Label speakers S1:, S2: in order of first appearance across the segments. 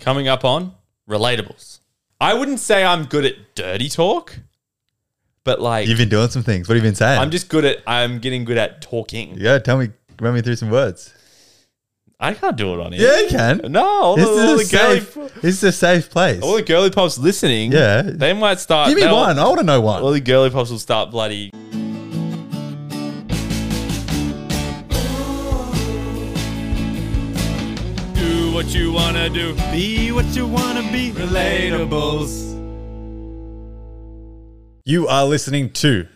S1: Coming up on Relatables. I wouldn't say I'm good at dirty talk, but like
S2: You've been doing some things. What have you been saying?
S1: I'm just good at I'm getting good at talking.
S2: yeah, tell me, run me through some words.
S1: I can't do it on here.
S2: Yeah, you can.
S1: No, all the,
S2: This
S1: all the
S2: is a safe.
S1: girly,
S2: This is a safe place.
S1: all the girly pops listening.
S2: Yeah.
S1: they might start.
S2: Give me
S1: they'll-
S2: one. I want to know
S1: All
S2: one.
S1: the girly pops will start bloody. Do what you wanna do.
S3: Be what you wanna be. Relatables.
S2: You are listening to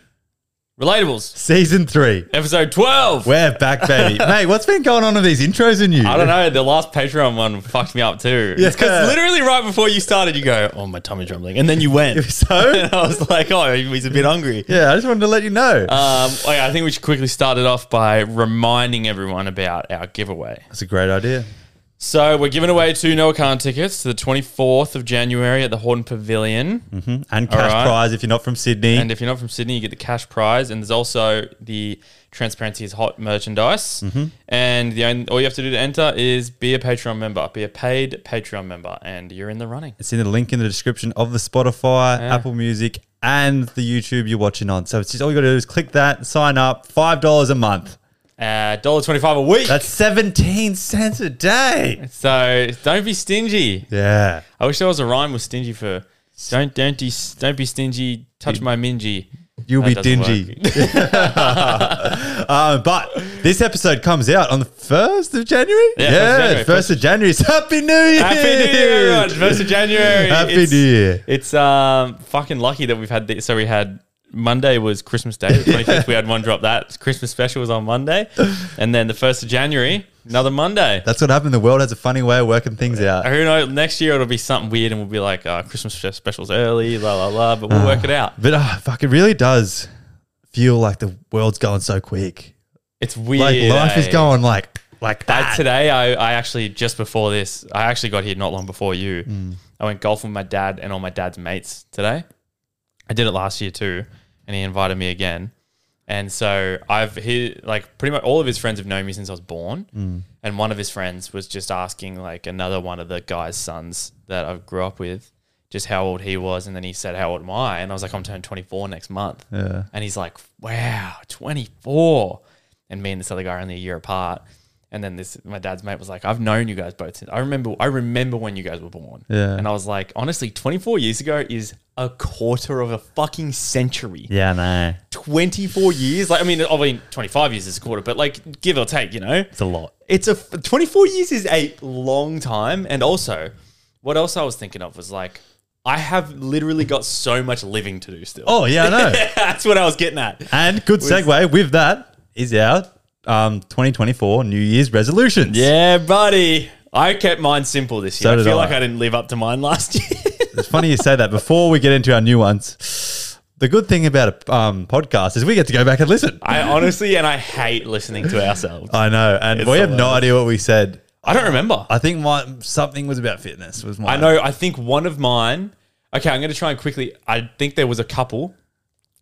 S1: Relatables,
S2: season three.
S1: episode twelve.
S2: We're back, baby. Mate, what's been going on with these intros and you?
S1: I don't know. The last Patreon one fucked me up too. It's 'cause
S2: Yeah.
S1: literally right before you started, you go, "Oh, my tummy's rumbling," and then you went.
S2: So
S1: and I was like, "Oh, he's a bit hungry."
S2: yeah, I just wanted to let you know.
S1: Um, okay, I think we should quickly start it off by reminding everyone about our giveaway.
S2: That's a great idea.
S1: So we're giving away two Noah Khan tickets to the 24th of January at the Horton Pavilion.
S2: Mm-hmm. Hmm? And cash
S1: right.
S2: prize if you're not from Sydney.
S1: And if you're not from Sydney, you get the cash prize. And there's also the Transparency is Hot merchandise.
S2: Mm-hmm.
S1: And the only, all you have to do to enter is be a Patreon member, be a paid Patreon member, and you're in the running.
S2: it's in the link in the description of the Spotify, Apple Music, and the YouTube you're watching on. So it's just all you got to do is click that, sign up, five dollars a month.
S1: Uh, $1.25 a week.
S2: That's seventeen cents a day.
S1: so don't be stingy.
S2: Yeah,
S1: I wish there was a rhyme with stingy for don't don't be, don't be stingy, touch my mingy.
S2: you'll
S1: That
S2: be
S1: doesn't
S2: dingy.
S1: work.
S2: Um, but this episode comes out on the first of January.
S1: Yeah, 1st of January.
S2: first of January. So Happy New Year!
S1: Happy New Year, everyone. First of January.
S2: Happy
S1: It's-
S2: New Year.
S1: It's um fucking lucky that we've had this. So we had Monday was Christmas Day. The 25th, we had one drop. That Christmas special was on Monday, and then the first of January, another Monday.
S2: That's what happened. The world has a funny way of working things out.
S1: Who knows? Next year it'll be something weird, and we'll be like, uh, Christmas spe- specials early, la la la. But we'll work it out.
S2: But uh, fuck, it really does feel like the world's going so quick.
S1: It's weird.
S2: Like life is
S1: eh?
S2: going like like
S1: Like
S2: that.
S1: today, I, I actually just before this, I actually got here not long before you. I went golfing with my dad and all my dad's mates today. I did it last year too, and he invited me again. And so I've he like pretty much all of his friends have known me since I was born.
S2: Mm.
S1: And one of his friends was just asking like another one of the guy's sons that I grew up with, just how old he was, and then he said, "How old am I?" And I was like, "I'm turning 24 next month."
S2: Yeah.
S1: And he's like, "Wow, 24!" And me and this other guy are only a year apart. And then this, my dad's mate was like, "I've known you guys both since I remember. I remember when you guys were born."
S2: Yeah.
S1: And I was like, honestly, 24 years ago is a quarter of a fucking century.
S2: Yeah, no,
S1: 24 years. Like, I mean, I mean, 25 years is a quarter, but like, give or take, you know?
S2: it's a lot.
S1: It's a 24 years is a long time. And also, what else I was thinking of was like, I have literally got so much living to do still.
S2: Oh yeah, I know.
S1: That's what I was getting at.
S2: and good segue with that is our um 2024 New Year's resolutions.
S1: Yeah, buddy. I kept mine simple this year.
S2: So
S1: I
S2: did
S1: feel
S2: I.
S1: like I didn't live up to mine last year.
S2: it's funny you say that. Before we get into our new ones, the good thing about a um, podcast is we get to go back and listen.
S1: I honestly, and I hate listening to ourselves.
S2: I know, and
S1: It's
S2: we have no
S1: hilarious.
S2: idea what we said.
S1: I don't remember.
S2: I think my something was about fitness. Was my
S1: I know. I think one of mine. Okay, I'm going to try and quickly. I think there was a couple,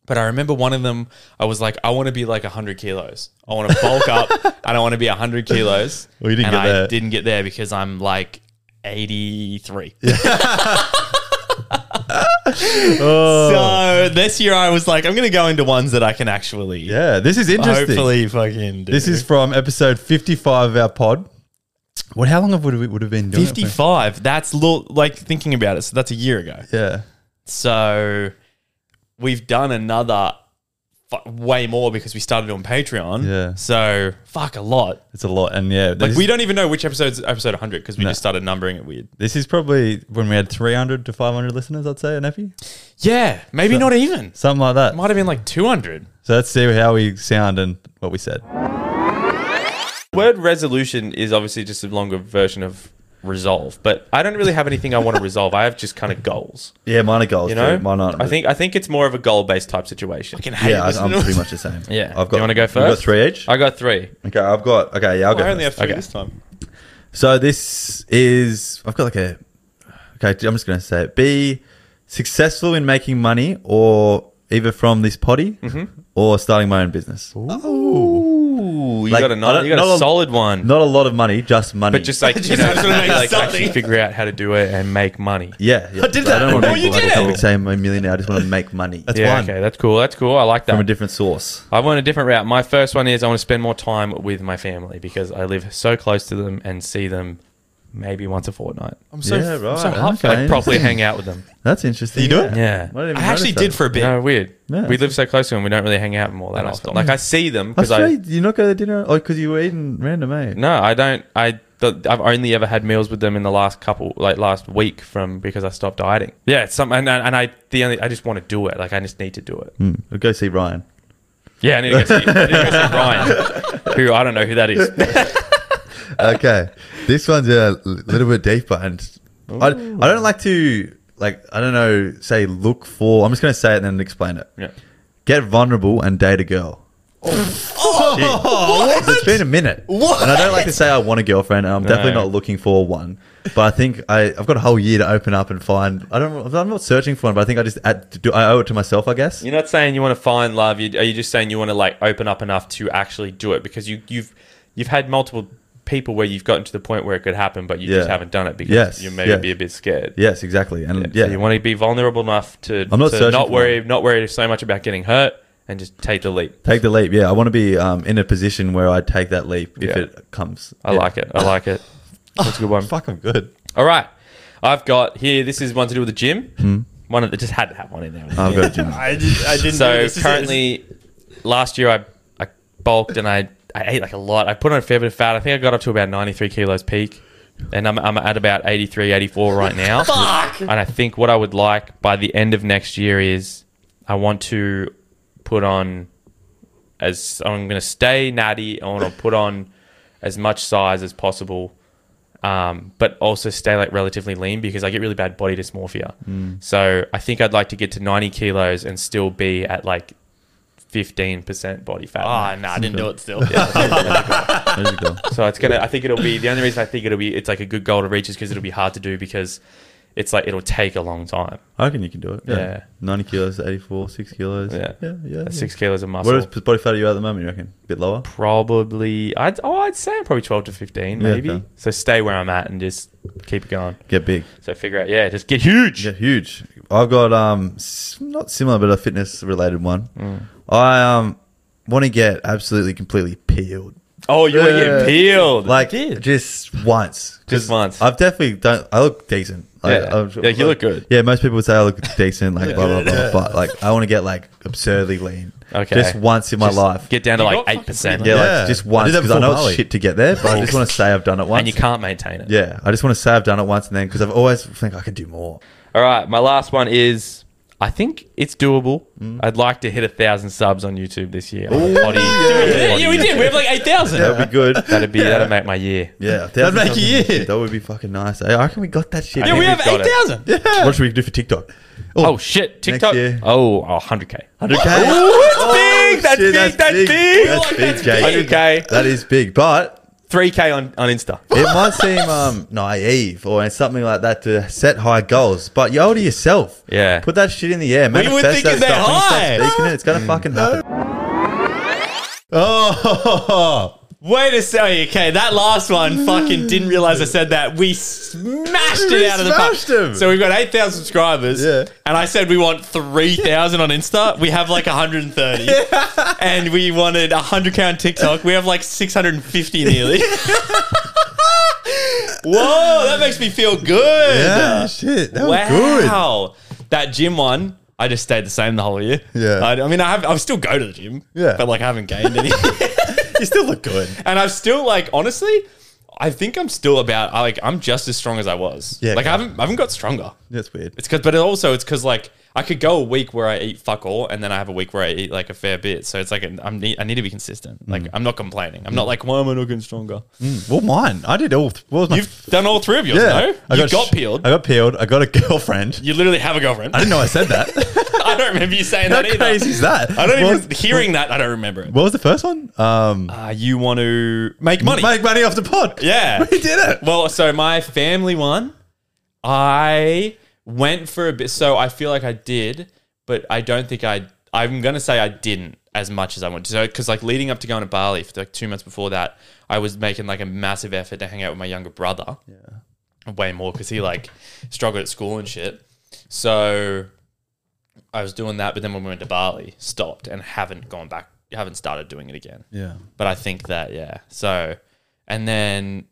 S1: but I remember one of them. I was like, I want to be like 100 kilos. I want to bulk up, and I want to be 100 kilos.
S2: Well, you
S1: and
S2: didn't get
S1: I
S2: there.
S1: didn't get there because I'm like 83. so this year I was like, I'm going to go into ones that I can actually,
S2: Yeah, this is interesting.
S1: hopefully, fucking. Do.
S2: This is from episode 55 of our pod. What? How long have we would have been doing? it for?
S1: 55. That's lo- like thinking about it. So that's a year ago.
S2: Yeah.
S1: So we've done another fu- way more because we started on Patreon.
S2: Yeah.
S1: So fuck a lot.
S2: It's a lot, and yeah,
S1: Like
S2: this,
S1: we don't even know which episode's episode 100 because we just started numbering it weird.
S2: this is probably when we had three hundred to five hundred listeners. I'd say, Nephi,
S1: Yeah, maybe not even.
S2: something like that.
S1: Might have been like 200.
S2: So let's see how we sound and what we said.
S1: Word resolution is obviously just a longer version of resolve, but I don't really have anything I want to resolve. I have just kind of goals,
S2: Yeah, mine are goals.
S1: you know.
S2: too. mine aren't.
S1: I think I think it's more of a goal based type situation. I can hate
S2: Yeah, I, I'm pretty much the same.
S1: Yeah.
S2: I've got.
S1: Do you wanna go
S2: we've got
S1: first?
S2: three each.
S1: I got three.
S2: okay, I've got. Okay, yeah, I'll go.
S1: I only have
S2: first.
S1: three
S2: Okay.
S1: this time.
S2: So this is. I've got like a. Okay, I'm just gonna say it. Be successful in making money,
S1: Mm-hmm.
S2: or either from this potty, or starting my own business.
S1: Ooh, You
S2: Like,
S1: got a
S2: I
S1: not,
S2: don't-
S1: you got
S2: not
S1: a solid one,
S2: Not a lot of money, just money.
S1: but just like you
S4: Just
S1: know,
S4: have to make
S1: like actually
S4: something.
S1: figure out how to do it and make money.
S2: yeah, yeah.
S4: I did that.
S2: I don't want
S4: No,
S2: to
S4: you
S2: make
S4: did
S2: people
S4: it.
S2: say I'm a millionaire. I just want to make money
S1: That's yeah,
S2: fine.
S1: okay, that's cool. That's cool. I like
S2: from a
S1: that.
S2: different source.
S1: I went a different route. My first one is I want to spend more time with my family because I live so close to them and see them maybe once a fortnight.
S4: I'm so
S2: Yeah,
S4: I'm
S2: right.
S4: so
S2: Okay.
S4: hard-
S1: I like, properly
S2: interesting.
S1: hang out with them.
S2: That's interesting.
S4: You do it?
S1: Yeah.
S2: I, didn't even
S4: I actually
S2: notice
S4: did
S2: that.
S4: for a bit.
S1: No, weird.
S2: Yeah.
S1: We live so close to them, we don't really hang out more that
S2: That's
S1: often.
S2: cool.
S1: Like I see them because
S2: That's
S1: I
S2: right. You not go to dinner? Oh, because you were eating random, eh?
S1: no, I don't. I the, I've only ever had meals with them in the last couple, like last week, from because I stopped dieting. Yeah, it's something, and, and I the only I just want to do it. Like I just need to do it.
S2: Hmm. We'll go see Ryan.
S1: Yeah, I need to go see, I need to go see Brian, who I don't know who that is.
S2: okay, this one's a little bit deeper, and I, I don't like to like I don't know say look for. I'm just gonna say it and then explain it.
S1: Yeah.
S2: Get vulnerable and date a girl.
S4: Oh,
S2: It's been a minute,
S4: What?
S2: and I don't like to say I want a girlfriend. And I'm definitely not looking for one, but I think I, I've got a whole year to open up and find. I don't. I'm not searching for one, but I think I just add, do. I owe it to myself, I guess.
S1: You're not saying you want to find love. You, are you just saying you want to like open up enough to actually do it because you you've you've had multiple people where you've gotten to the point where it could happen, but you just
S2: Yeah.
S1: haven't done it because
S2: Yes,
S1: you maybe
S2: yeah.
S1: be a bit scared.
S2: Yes, exactly, and yeah,
S1: So you want to be vulnerable enough to,
S2: I'm not
S1: to
S2: searching
S1: not
S2: for
S1: worry not worry so much about getting hurt and just take the leap.
S2: take the leap. Yeah, I want to be um, in a position where I take that leap if
S1: Yeah.
S2: it comes.
S1: I
S2: Yeah.
S1: like it. I like it. That's a good one.
S2: Fuck, I'm good.
S1: All right. I've got here this is one to do with the gym.
S2: Hmm.
S1: One of the just had to have one in there.
S2: I've got a gym.
S4: I, did, I didn't. do
S1: so
S4: this. This is-
S1: currently last year I, I bulked and I, I ate like a lot i put on a fair bit of fat i think i got up to about 93 kilos peak and i'm, I'm at about 83 84 right now
S4: Fuck.
S1: and i think what i would like by the end of next year is i want to put on as i'm going to stay natty i want to put on as much size as possible um, but also stay like relatively lean because I get really bad body dysmorphia.
S2: Mm.
S1: So I think I'd like to get to 90 kilos and still be at like 15% body fat.
S4: Ah, nah, I didn't do it still.
S2: There you go.
S1: So it's gonna. I think it'll be the only reason I think it'll be. It's like a good goal to reach is because it'll be hard to do because it's like it'll take a long time.
S2: I reckon you can do it. Yeah.
S1: Yeah.
S2: 90 kilos, 84, 6 kilos.
S1: Yeah.
S2: Yeah. Yeah.
S1: That's
S2: yeah.
S1: six kilos of muscle.
S2: What is body fat are you at the moment, you reckon? bit lower?
S1: Probably. I'd. Oh, I'd say I'm probably 12 to 15,
S2: Yeah,
S1: maybe.
S2: okay.
S1: So stay where I'm at and just keep it going.
S2: Get big.
S1: So figure out. Yeah, just get huge.
S2: Yeah, huge. I've got, um, s- not similar, but a fitness related one.
S1: Mm.
S2: I, um, want to get absolutely completely peeled.
S1: Oh, you want to
S2: Yeah.
S1: get peeled?
S2: Like,
S1: Dude.
S2: just once.
S1: Just
S2: 'Cause
S1: once.
S2: I've definitely done, I look decent. Like,
S1: Yeah.
S2: I've-
S1: Yeah, you look good.
S2: Yeah, most people would say I look decent, like, blah, blah, blah,
S4: good.
S2: But, like, I want to get, like, absurdly lean.
S1: Okay.
S2: Just once in my
S1: Just
S2: life.
S1: Get down to
S4: You
S1: like
S4: got
S1: eight percent,
S2: yeah,
S4: Yeah.
S2: like, just
S4: I
S2: once.
S4: did that
S2: Because I
S4: before
S2: know
S4: Bali.
S2: it's shit to get there, but I just want to say I've done it once.
S1: and you can't maintain it.
S2: Yeah, I just want to say I've done it once and then because I've always think I could do more.
S1: All right, my last one is. I think it's doable.
S4: Mm.
S1: I'd like to hit a thousand subs on YouTube this year. I'm a body-
S4: Yeah, yeah, we did. We have like eight thousand.
S2: That would be good.
S1: That'd be that'd make my year.
S2: yeah, a
S4: That'd
S2: thousand
S4: make a
S2: subs.
S4: year.
S2: That would be fucking nice. Hey, I reckon we got that shit.
S1: Yeah,
S4: Yeah, we
S1: we've
S4: have
S1: got
S4: eight
S1: it.
S4: thousand.
S2: What should we do for TikTok?
S1: Oh, shit! TikTok.
S2: year.
S1: Oh, oh, 100k. that's big,
S2: 100k.
S1: that's big, that's big.
S2: Oh, That's big,
S4: Like, that's
S2: Jake.
S1: 100k.
S2: That is big, but
S1: 3k on on Insta.
S2: it might seem um, naive or something like that to set high goals, but you owe it to yourself.
S1: Yeah.
S2: Put that shit in the air, man.
S4: We were thinking they're high.
S2: It, it's gonna fucking happen.
S4: Oh, wait a second. Okay, that last one fucking didn't realize I said that. We smashed it
S2: We
S4: out of the park.
S2: smashed 'em.
S4: So we've got 8,000 subscribers.
S2: Yeah.
S4: And I said we want 3,000 on Insta. We have like 130. And we wanted 100k on TikTok. We have like 650 nearly. Whoa, that makes me feel good.
S2: Ah, shit. That
S4: uh, Wow. That gym one, I just stayed the same the whole year.
S2: Yeah.
S4: I, I mean, I have, I still go to the gym.
S2: Yeah.
S4: But like, I haven't gained any.
S2: You still look good.
S4: and I'm still like, honestly, I think I'm still about I, like I'm just as strong as I was.
S2: Yeah,
S4: Like I
S2: okay.
S4: haven't I haven't got stronger.
S2: That's weird.
S4: It's because, but it also it's because like I could go a week where I eat fuck all, and then I have a week where I eat like a fair bit. So it's like I'm need, I need to be consistent.
S2: Mm.
S4: Like I'm not complaining. I'm not like why am I not getting stronger?
S2: Well, mine. I did all. Th- what was my
S4: You've done all three of yours.
S2: Yeah,
S4: No, you got, peeled.
S2: I got peeled. I got a girlfriend.
S4: you literally have a girlfriend.
S2: I
S4: I,
S2: didn't know I said that.
S4: don't remember you saying
S2: How
S4: that either.
S2: crazy is that?
S4: I don't
S2: What
S4: even hearing that. I don't remember it.
S2: What was the first one? Um,
S4: Uh, you want to make money?
S2: make money off the pod.
S4: yeah,
S2: we did it.
S4: Well, so my family one, I went for a bit. So I feel like I did, but I don't think I. I'm gonna say I didn't.
S1: as much as I wanted. So, because like leading up to going to Bali for like two months before that, I was making like a massive effort to hang out with my younger brother. Yeah. Way more because he like struggled at school and shit. So I was doing that, but then when we went to Bali, stopped and haven't gone back, haven't started doing it again.
S2: Yeah.
S1: But I think that, yeah. So, and then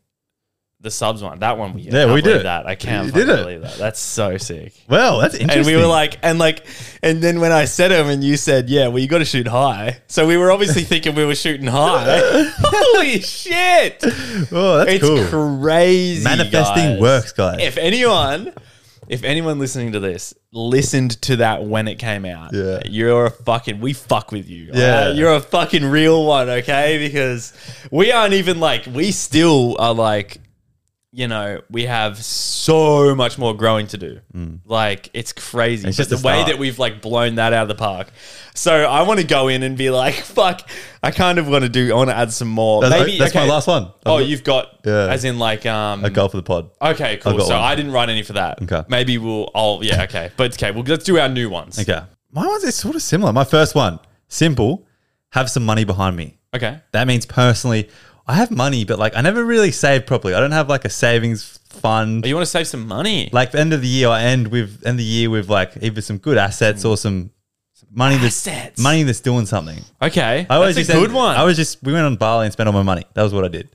S1: the subs one, that one we
S2: Yeah,
S1: can't
S2: we did
S1: believe
S2: it.
S1: that. I can't
S2: You did
S1: fucking
S2: it.
S1: believe that. That's so sick.
S2: Well, that's interesting.
S1: And we were like, and like, and then when I said him, and you said, yeah, well, you got to shoot high. So we were obviously thinking we were shooting high. Holy shit!
S2: oh, that's
S1: It's
S2: cool.
S1: crazy.
S2: Manifesting
S1: guys.
S2: works, guys.
S1: If anyone, if anyone listening to this listened to that when it came out,
S2: Yeah.
S1: you're a fucking. We fuck with you. alright?
S2: Yeah.
S1: you're a fucking real one, okay? Because we aren't even like we still are like. You know, we have so much more growing to do. Like, it's crazy.
S2: Mm. It's
S1: But
S2: just
S1: the
S2: the
S1: way
S2: start.
S1: that we've like blown that out of the park. So I want to go in and be like, fuck, I kind of want to do, I want to add some more.
S2: that's
S1: Maybe,
S2: that's
S1: okay.
S2: my last one.
S1: Oh, you've got
S2: Yeah.
S1: as in like um.
S2: a goal for the pod.
S1: Okay, cool.
S2: I've got
S1: So
S2: one.
S1: I didn't write any for that.
S2: Okay.
S1: Maybe we'll. I'll. Yeah. Okay. But okay. Well, let's do our new ones.
S2: Okay. My one's is sort of similar. My first one, simple, have some money behind me.
S1: Okay.
S2: That means personally, I have money, but like I never really save properly. I don't have like a savings fund.
S1: But Oh, you want to save some money?
S2: Like the end of the year, I end with end the year with like either some good assets or some money that's
S1: Hmm. Assets.
S2: money that's doing something.
S1: Okay.
S2: I always
S1: That's a
S2: just
S1: good
S2: end-
S1: one.
S2: I was just we went on Bali and spent all my money. That was what I did.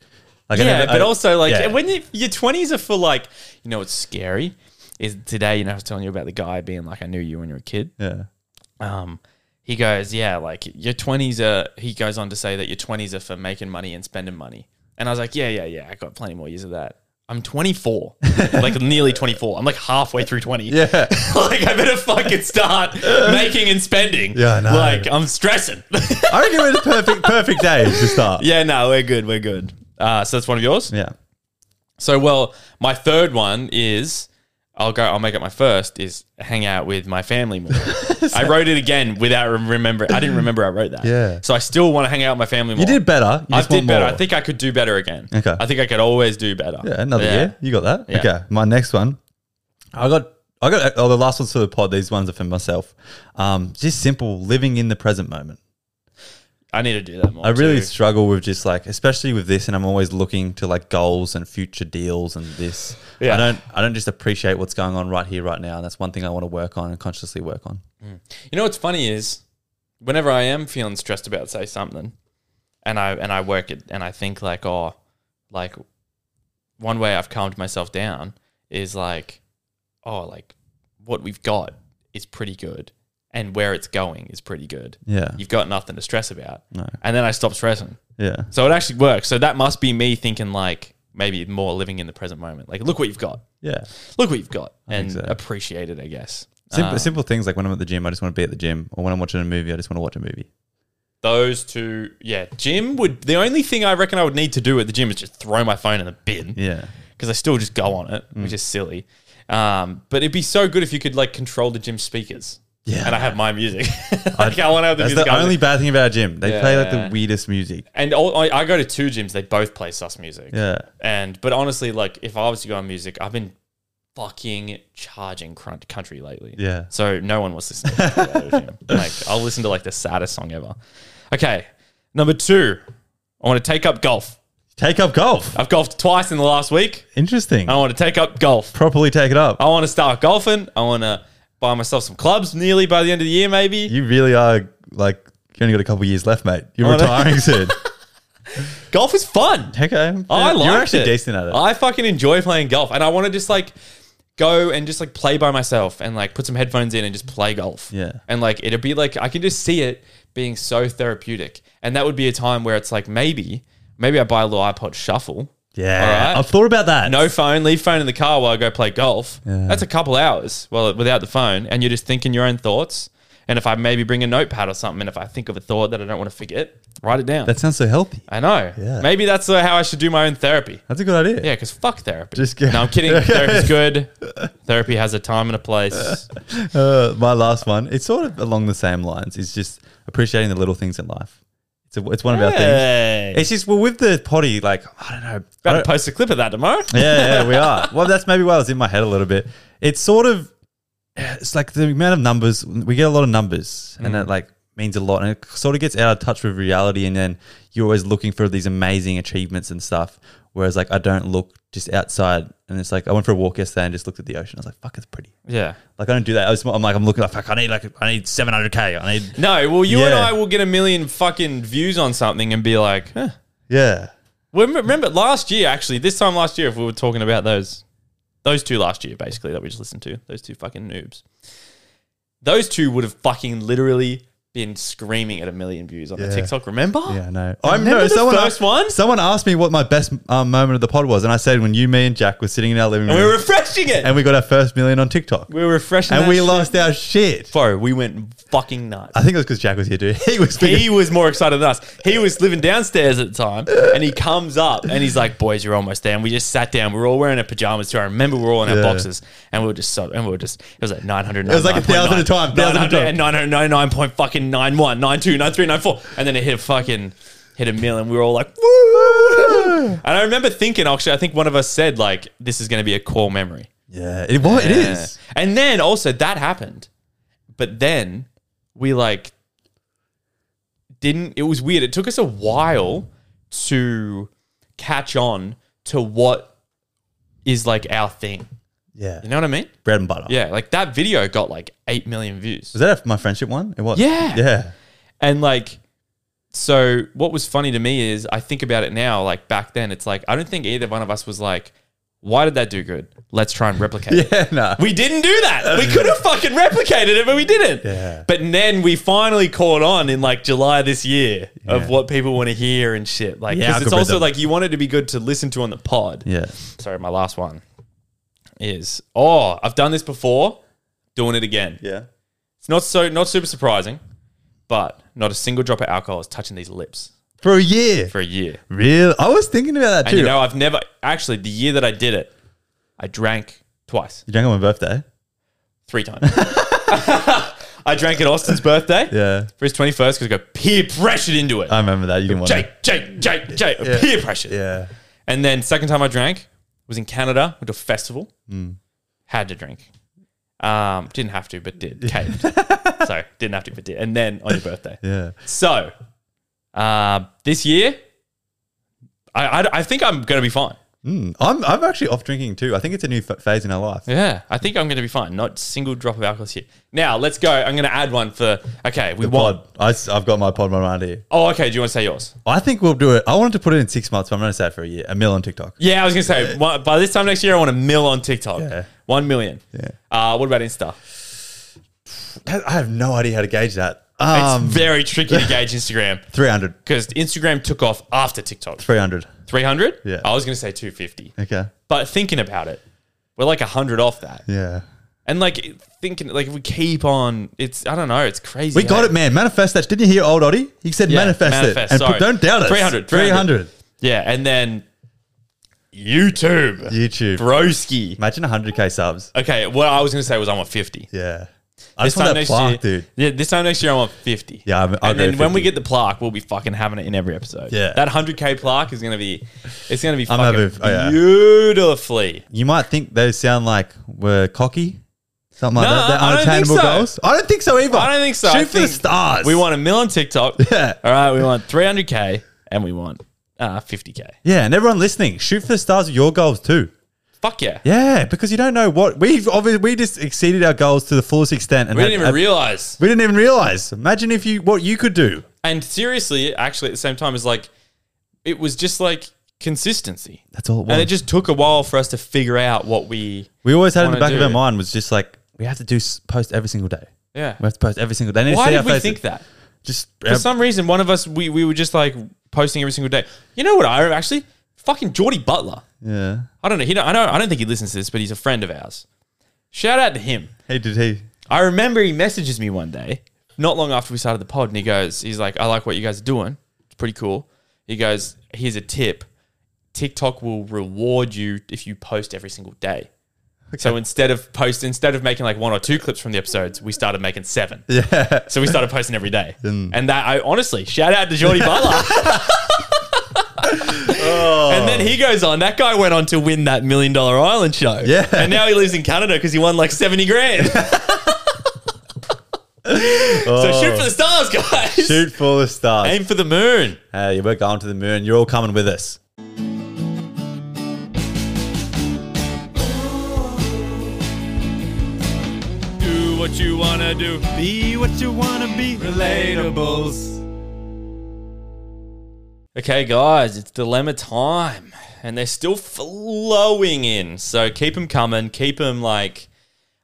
S2: Like I
S1: yeah,
S2: never-
S1: but
S2: I-
S1: also like
S2: yeah.
S1: when you, your twenties are for like you know what's scary is today. You know I was telling you about the guy being like I knew you when you were a kid.
S2: yeah.
S1: um, he goes, yeah, like your twenties are. He goes on to say that your twenties are for making money and spending money. And I was like, yeah, yeah, yeah. I got plenty more years of that. I'm 24, like nearly 24. I'm like halfway through 20.
S2: Yeah.
S1: like I better fucking start making and spending.
S2: Yeah, I know.
S1: Like I'm stressing.
S2: I reckon we're the perfect perfect days to start.
S1: yeah, no, we're good. We're good. Uh, so that's one of yours.
S2: Yeah.
S1: So, well, my third one is I'll go, I'll make it my first is hang out with my family more. I wrote it again without rem- remembering. I didn't remember I wrote that.
S2: Yeah.
S1: So I still want to hang out with my family more.
S2: You did better. You
S1: I
S2: just
S1: did
S2: want
S1: better.
S2: more.
S1: I think I could do better again.
S2: Okay.
S1: I think I could always do better.
S2: Yeah, another year. You got that.
S1: Yeah.
S2: Okay, my next one. I got. I got. Oh, the last one's for the pod. These ones are for myself. Um, just simple living in the present moment.
S1: I need to do that more.
S2: I really
S1: too.
S2: struggle with just like, especially with this, and I'm always looking to like goals and future deals and this.
S1: Yeah.
S2: I don't. I don't just appreciate what's going on right here, right now. And that's one thing I want to work on and consciously work on.
S1: You know what's funny is whenever I am feeling stressed about say something and I and I work it and I think like oh like one way I've calmed myself down is like oh like what we've got is pretty good and where it's going is pretty good.
S2: Yeah.
S1: You've got nothing to stress about.
S2: No.
S1: And then I stop stressing.
S2: Yeah.
S1: So it actually works. So that must be me thinking like maybe more living in the present moment. Like look what you've got.
S2: Yeah.
S1: Look what you've got and
S2: think so.
S1: appreciate it, I guess.
S2: Simple,
S1: Um,
S2: simple things like when I'm at the gym, I just want to be at the gym, or when I'm watching a movie, I just want to watch a movie.
S1: Those two, yeah. Gym would the only thing I reckon I would need to do at the gym is just throw my phone in the bin because
S2: Yeah. Mm.
S1: I still just go on it, which is silly. Um, but it'd be so good if you could like control the gym speakers.
S2: Yeah.
S1: and I have my music. like I want to have the
S2: That's
S1: music.
S2: the
S1: on.
S2: only bad thing about a gym. They play like
S1: Yeah.
S2: the weirdest music.
S1: and all, I, I go to two gyms. They both play sus music.
S2: Yeah.
S1: And but honestly, like if I was to go on music, I've been fucking charging crun- country lately.
S2: Yeah.
S1: So no one was listening. To country at the gym. like I'll listen to like the saddest song ever. Okay, number two, I want to take up golf.
S2: Take up golf.
S1: I've golfed twice in the last week.
S2: Interesting.
S1: I want to take up golf.
S2: Properly take it up.
S1: I want to start golfing. I want to buy myself some clubs nearly by the end of the year, maybe.
S2: You really are like you only got a couple years left, mate. You're
S1: Oh, I know.
S2: retiring soon.
S1: golf is fun.
S2: Okay.
S1: Oh, I like
S2: You're actually
S1: it.
S2: decent at it.
S1: I fucking enjoy playing golf, and I want to just like go and just like play by myself and like put some headphones in and just play golf.
S2: Yeah.
S1: and like it'd be like I can just see it being so therapeutic, and that would be a time where it's like maybe maybe I buy a little iPod Shuffle.
S2: yeah.
S1: All right.
S2: I've thought about that.
S1: No phone, leave phone in the car while I go play golf. That's a couple hours well without the phone, and you're just thinking your own thoughts. And if I maybe bring a notepad or something, and if I think of a thought that I don't want to forget, write it down.
S2: That sounds so healthy.
S1: I know.
S2: Yeah.
S1: Maybe that's uh, how I should do my own therapy.
S2: That's a good idea.
S1: Yeah, because fuck therapy.
S2: Just kidding.
S1: No, I'm kidding. Therapy's good. Therapy has a time and a place.
S2: Uh, my last one. It's sort of along the same lines. It's just appreciating the little things in life. It's, a, it's one of our things.
S1: Hey.
S2: It's just well with the potty, like I don't know. I
S1: About to
S2: don't-
S1: post a clip of that tomorrow.
S2: yeah, yeah, we are. Well, that's maybe why I was in my head a little bit.
S1: Mm.
S2: It's sort of, it's like the amount of numbers we get a lot of numbers, and that like means a lot and it sort of gets out of touch with reality and then you're always looking for these amazing achievements and stuff whereas like i don't look just outside and it's like i went for a walk yesterday and just looked at the ocean i was like fuck it's pretty
S1: Yeah.
S2: like i don't do that I was, i'm like i'm looking like fuck i need like i need 700k i need
S1: No, well, you and
S2: Yeah.
S1: I will get a million fucking views on something and be like, huh.
S2: yeah
S1: Well, rem- remember last year, actually, this time last year, if we were talking about those, those two last year, basically, that we just listened to, those two fucking noobs, those two would have fucking literally been screaming at a million views on the
S2: Yeah.
S1: TikTok, remember?
S2: Yeah, no. I
S1: Remember
S2: know.
S1: the
S2: Someone
S1: first
S2: asked,
S1: one?
S2: Someone asked me what my best um, moment of the pod was, and I said when you, me, and Jack were sitting in our living room,
S1: And we were refreshing it.
S2: and we got our first million on TikTok,
S1: we were refreshing
S2: and
S1: that
S2: we
S1: shit.
S2: lost our shit.
S1: Bro, we went fucking nuts.
S2: I think it was because Jack was here too. He was.
S1: He was more excited than us. He was living downstairs at the time, and he comes up and he's like, "Boys, you're almost there." And we just sat down. We were all wearing our pajamas too. I remember we were all in our
S2: Yeah.
S1: boxes, and we were just so, and we were just. It was like nine hundred. It
S2: was like a thousand at a time, thousand at a time.
S1: Nine hundred ninety nine point fucking nine one nine two nine three nine four, and then it hit a fucking hit a mill, and we were all like, "Woo!" And I remember thinking, actually, I think one of us said like, "This is going to be a core memory."
S2: yeah, it was. It
S1: Yeah.
S2: is.
S1: And then also that happened. But then we like didn't it was weird. It took us a while to catch on to what is like our thing.
S2: Yeah,
S1: You know what I mean?
S2: bread and butter.
S1: Yeah, like that video got like 8 million views.
S2: Was that my friendship one? It was.
S1: Yeah.
S2: Yeah.
S1: And like, so what was funny to me is I think about it now, like back then, it's like, I don't think either one of us was like, why did that do good? Let's try and replicate it.
S2: Yeah. Nah.
S1: We didn't do that. We could have fucking replicated it, but we didn't.
S2: Yeah.
S1: But then we finally caught on in like July this year
S2: Yeah.
S1: of what people want to hear and shit. Like,
S2: The
S1: 'cause it's also
S2: algorithm. Mm.
S1: like you want it to be good to listen to on the pod.
S2: yeah.
S1: Sorry, my last one is oh, I've done this before, doing it again.
S2: Yeah.
S1: It's not so not super surprising, but not a single drop of alcohol is touching these lips
S2: For a year.
S1: for a year.
S2: Real. I was thinking about that
S1: And
S2: too.
S1: you know, I've never actually the year that I did it, I drank twice.
S2: you drank on my birthday.
S1: three times. I drank at Austin's birthday
S2: Yeah.
S1: for his 21st because I got peer pressured into it.
S2: I remember that. You didn't want
S1: Jake,
S2: to.
S1: Jake, Jake, Jake, peer pressured.
S2: Yeah.
S1: And then second time I drank was in Canada, went to a festival,
S2: Hmm.
S1: had to drink. Um, didn't have to, but did. Caved. so didn't have to, but did. And then on your birthday.
S2: Yeah.
S1: So uh, this year, I, I, I think I'm going to be fine.
S2: Mm. I'm. I'm actually off drinking too. I think it's a new f- phase in our life.
S1: Yeah, I think I'm going to be fine. Not single drop of alcohol here. Now let's go. I'm going to add one for. Okay, we want
S2: Pod. I, have got my pod in my mind here.
S1: Oh, okay. Do you want to say yours?
S2: I think we'll do it. I wanted to put it in six months, but I'm going to say it for a year. A mil on TikTok.
S1: Yeah, I was gonna say one- by this time next year, I want a mill on TikTok.
S2: Yeah.
S1: One million.
S2: Yeah.
S1: Uh, what about Insta?
S2: I I have no idea how to gauge that.
S1: It's
S2: Um,
S1: very tricky to gauge Instagram
S2: 300.
S1: because Instagram took off after TikTok.
S2: 300.
S1: Three hundred.
S2: Yeah.
S1: I was gonna say two fifty,
S2: Okay.
S1: but thinking about it, we're like hundred off that,
S2: Yeah.
S1: and like thinking like if we keep on, it's I don't know, it's crazy.
S2: We got it, man. Manifest that. Didn't you hear old Oddy? He said manifest,
S1: manifest,
S2: it. And
S1: sorry.
S2: put- don't doubt it.
S1: 300, 300. Yeah, and then YouTube,
S2: YouTube.
S1: broski.
S2: Imagine 100K subs.
S1: Okay, what I was gonna say was I want fifty.
S2: Yeah. I just want that
S1: year,
S2: plaque, dude.
S1: Yeah, this time next year I want fifty.
S2: Yeah, I'm- I'll
S1: and
S2: go
S1: then when
S2: 50.
S1: we get the plaque, we'll be fucking having it in every episode.
S2: Yeah.
S1: that hundred k plaque is gonna be, it's gonna be fucking
S2: having- oh, yeah.
S1: beautifully.
S2: You might think those sound like we're cocky. Something like
S1: No,
S2: that. They're
S1: I don't think
S2: unattainable
S1: so.
S2: goals. I don't think so either.
S1: I don't think so.
S2: Shoot
S1: I
S2: for the
S1: think
S2: stars.
S1: We want a mil on TikTok.
S2: Yeah.
S1: All right, we want three hundred k, and we want uh, fifty k.
S2: Yeah, and everyone listening, shoot for the stars with your goals too.
S1: Fuck yeah.
S2: Yeah, because you don't know what we've obviously we just exceeded our goals to the fullest extent, and
S1: We
S2: had-
S1: didn't even realize.
S2: we didn't even realize. Imagine if you what you could do.
S1: And seriously, actually, at the same time, is like, it was just like consistency,
S2: That's all it was.
S1: and it just took a while for us to figure out what we.
S2: we always had in the
S1: wanna
S2: back of our
S1: do.
S2: mind was just like we have to do s- post every single day.
S1: Yeah.
S2: We have to post every single day. They need to
S1: Why
S2: see
S1: did
S2: our
S1: we
S2: faces.
S1: think that?
S2: Just
S1: For
S2: uh,
S1: some reason, one of us we, we were just like posting every single day. You know what I remember, actually fucking Geordie Butler.
S2: yeah.
S1: I don't know. He don't, I don't. I don't think he listens to this, but he's a friend of ours. Shout out to him.
S2: Hey, did he?
S1: I remember he messages me one day, not long after we started the pod, and he goes, he's like, I like what you guys are doing. It's pretty cool. He goes, here's a tip. TikTok will reward you if you post every single day. So instead of post, instead of making like one or two clips from the episodes, we started making seven.
S2: Yeah.
S1: So we started posting every day. And that I honestly shout out to Geordie Butler. Oh. And then he goes on. That guy went on to win that million dollar island show.
S2: Yeah.
S1: And now he lives in Canada because he won like 70 grand. So shoot for the stars, guys.
S2: Oh. Shoot for the stars.
S4: Aim for the moon.
S2: Hey, we're going to the moon. You're all coming with us.
S1: Do what you wanna do.
S4: Be what you want to be. Relatables.
S1: Okay, guys, it's dilemma time, and they're still flowing in. So keep them coming. Keep them like,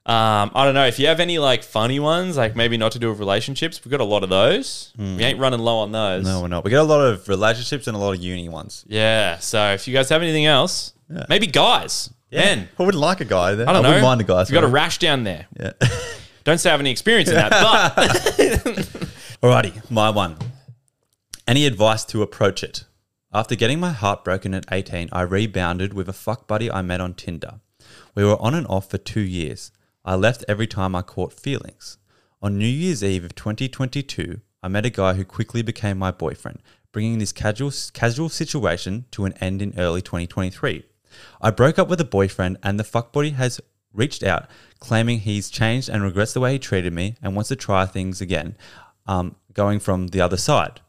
S1: um, I don't know if you have any like funny ones, like maybe not to do with relationships. We've got a lot of those. We ain't running low on those.
S2: Hmm. No, we're not. We get a lot of relationships and a lot of uni ones.
S1: Yeah. So if you guys have anything else,
S2: Yeah.
S1: maybe guys, men.
S2: I would like a guy there.
S1: I don't know.
S2: wouldn't mind a guy.
S1: You got a
S2: sorry.
S1: rash down there.
S2: Yeah.
S1: Don't say I have any experience in that, but
S2: Alrighty, my one. Any advice to approach it? After getting my heart broken at 18, I rebounded with a fuck buddy I met on Tinder. We were on and off for two years. I left every time I caught feelings. On New Year's Eve of 2022, I met a guy who quickly became my boyfriend, bringing this casual, casual situation to an end in early 2023. I broke up with a boyfriend, and the fuck buddy has reached out, claiming he's changed and regrets the way he treated me and wants to try things again, um, going from the other side.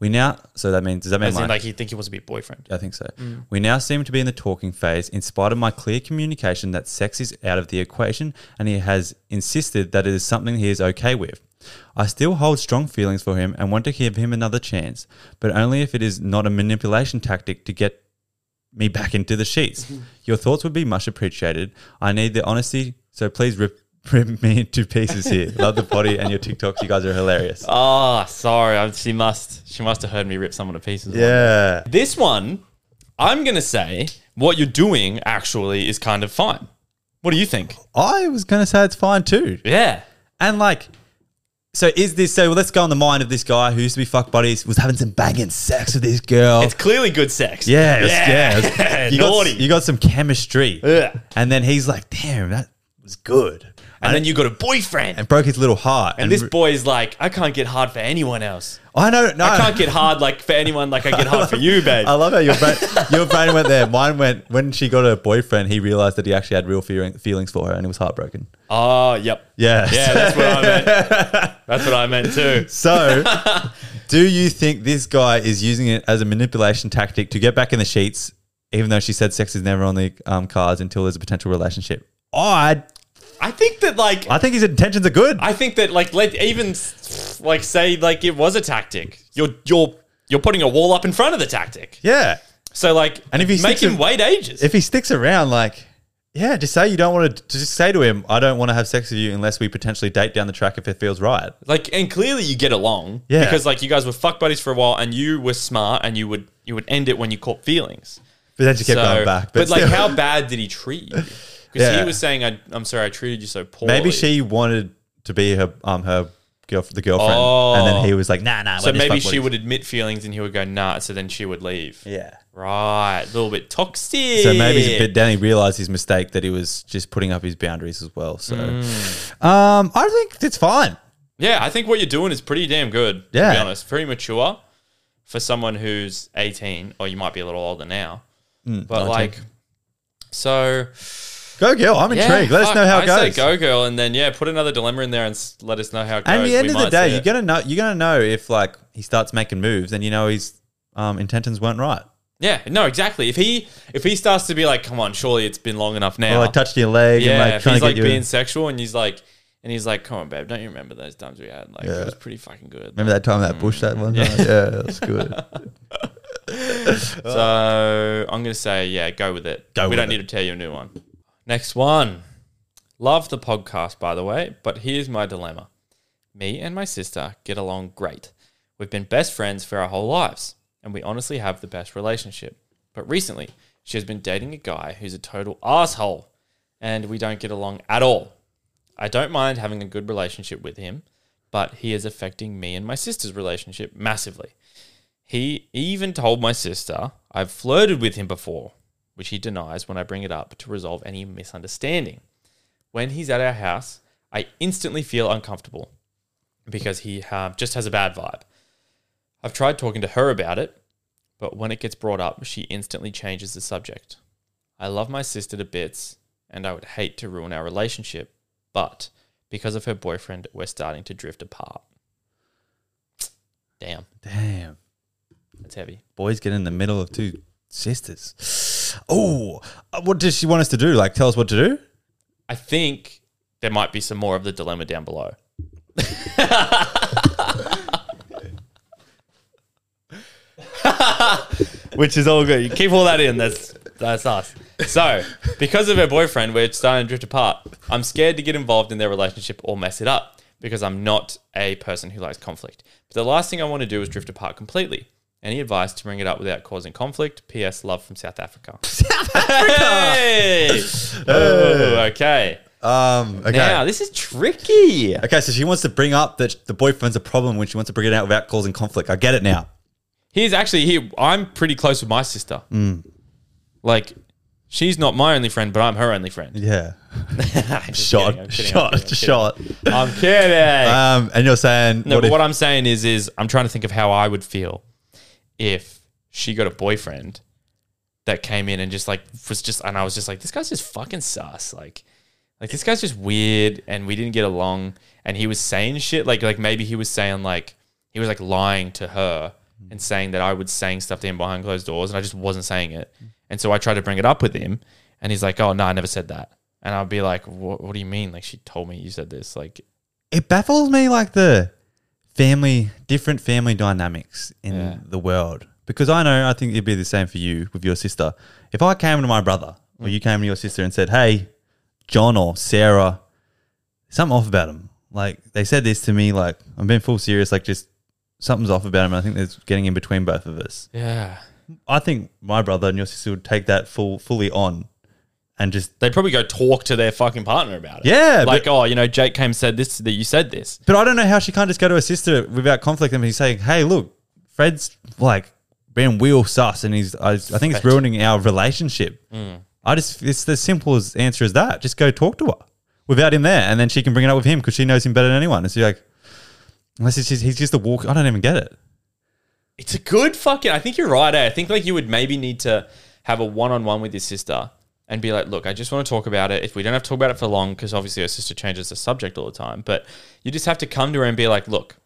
S2: We now, so that means, does that mean
S1: as in, like you think he wants to be a boyfriend.
S2: I think so. We now seem to be in the talking phase, in spite of my clear communication that sex is out of the equation, and he has insisted that it is something he is okay with. I still hold strong feelings for him and want to give him another chance, but only if it is not a manipulation tactic to get me back into the sheets. Your thoughts would be much appreciated. I need the honesty, so please rip, rip me into pieces here. Love the potty and your TikToks. You guys are hilarious.
S1: Oh, sorry. I- She must. She must have heard me rip someone to pieces.
S2: Yeah.
S1: This one, I'm going to say what you're doing actually is kind of fine. What do you think?
S2: I was going to say it's fine too.
S1: Yeah.
S2: And like, so is this? So let's go on the mind of this guy who used to be fuck buddies, was having some banging sex with this girl.
S1: It's clearly good sex.
S2: yeah, it was- yeah. it was- you
S1: Naughty.
S2: got you got some chemistry.
S1: Yeah.
S2: And then he's like, "Damn, that was good,"
S1: And then you got a boyfriend. And,
S2: and broke his little heart.
S1: this boy's like, I can't get hard for anyone else.
S2: I know, no,
S1: I can't get hard like for anyone like I get hard for you, babe.
S2: I love how your brain, your brain went there. Mine went when she got her boyfriend. He realized that he actually had real feeling, feelings for her, and he was heartbroken.
S1: Oh, yep.
S2: Yeah,
S1: Yeah, that's what I meant. That's what I meant too.
S2: So, do you think this guy is using it as a manipulation tactic to get back in the sheets, even though she said sex is never on the um, cards until there's a potential relationship? Oh, I,
S1: I think that like
S2: I think his intentions are good.
S1: I think that like let even s- like say like it was a tactic. You're you're you're putting a wall up in front of the tactic.
S2: yeah.
S1: So like,
S2: And if he
S1: make
S2: sticks
S1: him
S2: in-
S1: wait ages.
S2: If he sticks around, like, yeah, just say you don't want to, just say to him, I don't want to have sex with you unless we potentially date down the track if it feels right.
S1: like, and clearly you get along,
S2: Yeah.
S1: Because like you guys were fuck buddies for a while, and you were smart, and you would you would end it when you caught feelings.
S2: But then she kept
S1: so,
S2: going back.
S1: but, like,
S2: still.
S1: how bad did he treat you? Because
S2: Yeah.
S1: he was saying, I, "I'm sorry, I treated you so poorly."
S2: Maybe she wanted to be her, um, her girl, the girlfriend.
S1: Oh.
S2: And then he was like, nah, nah.
S1: So
S2: we're just
S1: maybe
S2: fuck
S1: she
S2: buddies.
S1: would admit feelings, and he would go, "Nah." So then she would leave.
S2: Yeah.
S1: Right, a little bit toxic.
S2: So maybe he's a bit down. He realized his mistake that he was just putting up his boundaries as well. So,
S1: Mm.
S2: um, I think it's fine.
S1: Yeah, I think what you're doing is pretty damn good.
S2: Yeah.
S1: To be honest, pretty mature for someone who's 18, or you might be a little older now. but
S2: 19.
S1: like, so
S2: Go, girl. I'm
S1: yeah,
S2: intrigued. Let us
S1: fuck,
S2: know how
S1: I
S2: it goes.
S1: Say go, girl, and then yeah, put another dilemma in there and s- let us know how it goes.
S2: and at the end
S1: We
S2: of the
S1: might say
S2: day, you're
S1: it.
S2: gonna know. You're gonna know if like he starts making moves, and you know his um, intentions weren't right.
S1: yeah, no, exactly. If he if he starts to be like, come on, surely it's been long enough now.
S2: Or like touched your leg
S1: yeah,
S2: and like
S1: if
S2: trying
S1: he's
S2: to get
S1: like
S2: Oh, you.
S1: being sexual, and he's like, and he's like, come on, babe, don't you remember those times we had? Like,
S2: Yeah.
S1: it was pretty fucking good.
S2: Remember that time that bush that
S1: Mm.
S2: one? Yeah, yeah that's good.
S1: So I'm gonna say, yeah, go with it.
S2: Go
S1: we
S2: with
S1: don't
S2: it.
S1: need to tell you a new one. Next one. Love the podcast, by the way, but here's my dilemma. Me and my sister get along great. We've been best friends for our whole lives, and we honestly have the best relationship. But recently, she has been dating a guy who's a total asshole, and we don't get along at all. I don't mind having a good relationship with him, but he is affecting me and my sister's relationship massively. He even told my sister I've flirted with him before, which he denies when I bring it up to resolve any misunderstanding. When he's at our house, I instantly feel uncomfortable because he uh, just has a bad vibe. I've tried talking to her about it, but when it gets brought up, she instantly changes the subject. I love my sister to bits and I would hate to ruin our relationship, but Because of her boyfriend, we're starting to drift apart. Damn,
S2: Damn.
S1: that's heavy.
S2: Boys get in the middle of two sisters. Oh, what does she want us to do? Like, tell us what to do?
S1: I think there might be some more of the dilemma down below. Which is all good. You keep all that in. That's that's us. So, because of her boyfriend, we're starting to drift apart. I'm scared to get involved in their relationship or mess it up because I'm not a person who likes conflict. But the last thing I want to do is drift apart completely. Any advice to bring it up without causing conflict? P.S. Love from South Africa. South Africa. Oh, okay.
S2: Um, okay.
S1: Now, this is tricky.
S2: Okay, so she wants to bring up that the boyfriend's a problem when she wants to bring it out without causing conflict. I get it now.
S1: Here's actually here. I'm pretty close with my sister. Like, she's not my only friend, but I'm her only friend.
S2: Yeah.
S1: I'm just
S2: Shot,
S1: kidding, I'm kidding,
S2: shot,
S1: I'm kidding,
S2: shot.
S1: I'm kidding.
S2: Um, and you're saying,
S1: no,
S2: what
S1: but
S2: if-
S1: what I'm saying is, is I'm trying to think of how I would feel if she got a boyfriend that came in and just like was just, and I was just like, this guy's just fucking sus. Like, like this guy's just weird, and we didn't get along. And he was saying shit like, like maybe he was saying like he was like lying to her and saying that I was saying stuff to him behind closed doors, and I just wasn't saying it. And so I tried to bring it up with him, and he's like, oh no, I never said that. And I'd be like, what, what do you mean? Like she told me you said this. Like
S2: it baffles me like the family, different family dynamics in
S1: Yeah.
S2: the world. Because I know, I think it'd be the same for you with your sister. If I came to my brother or you came to your sister and said, hey, John or Sarah, something off about him. Like they said this to me, like I'm being full serious, like just something's off about him. And I think there's getting in between both of us.
S1: yeah.
S2: I think my brother and your sister would take that full fully on and just
S1: They'd probably go talk to their fucking partner about it.
S2: Yeah,
S1: Like, oh, you know, Jake came and said this that you said this.
S2: But I don't know how she can't just go to her sister without conflict and be saying, "Hey, look, Fred's like being wheel sus, and he's I, I think it's ruining our relationship." I just it's the simple as answer as that. Just go talk to her without him there, and then she can bring it up with him because she knows him better than anyone. It's like unless it's just, he's just a walk. I don't even get it.
S1: It's a good fucking I think you're right, eh? I think like you would maybe need to have a one on one with your sister and be like, look, I just want to talk about it. If we don't have to talk about it for long, because obviously her sister changes the subject all the time, but you just have to come to her and be like, look,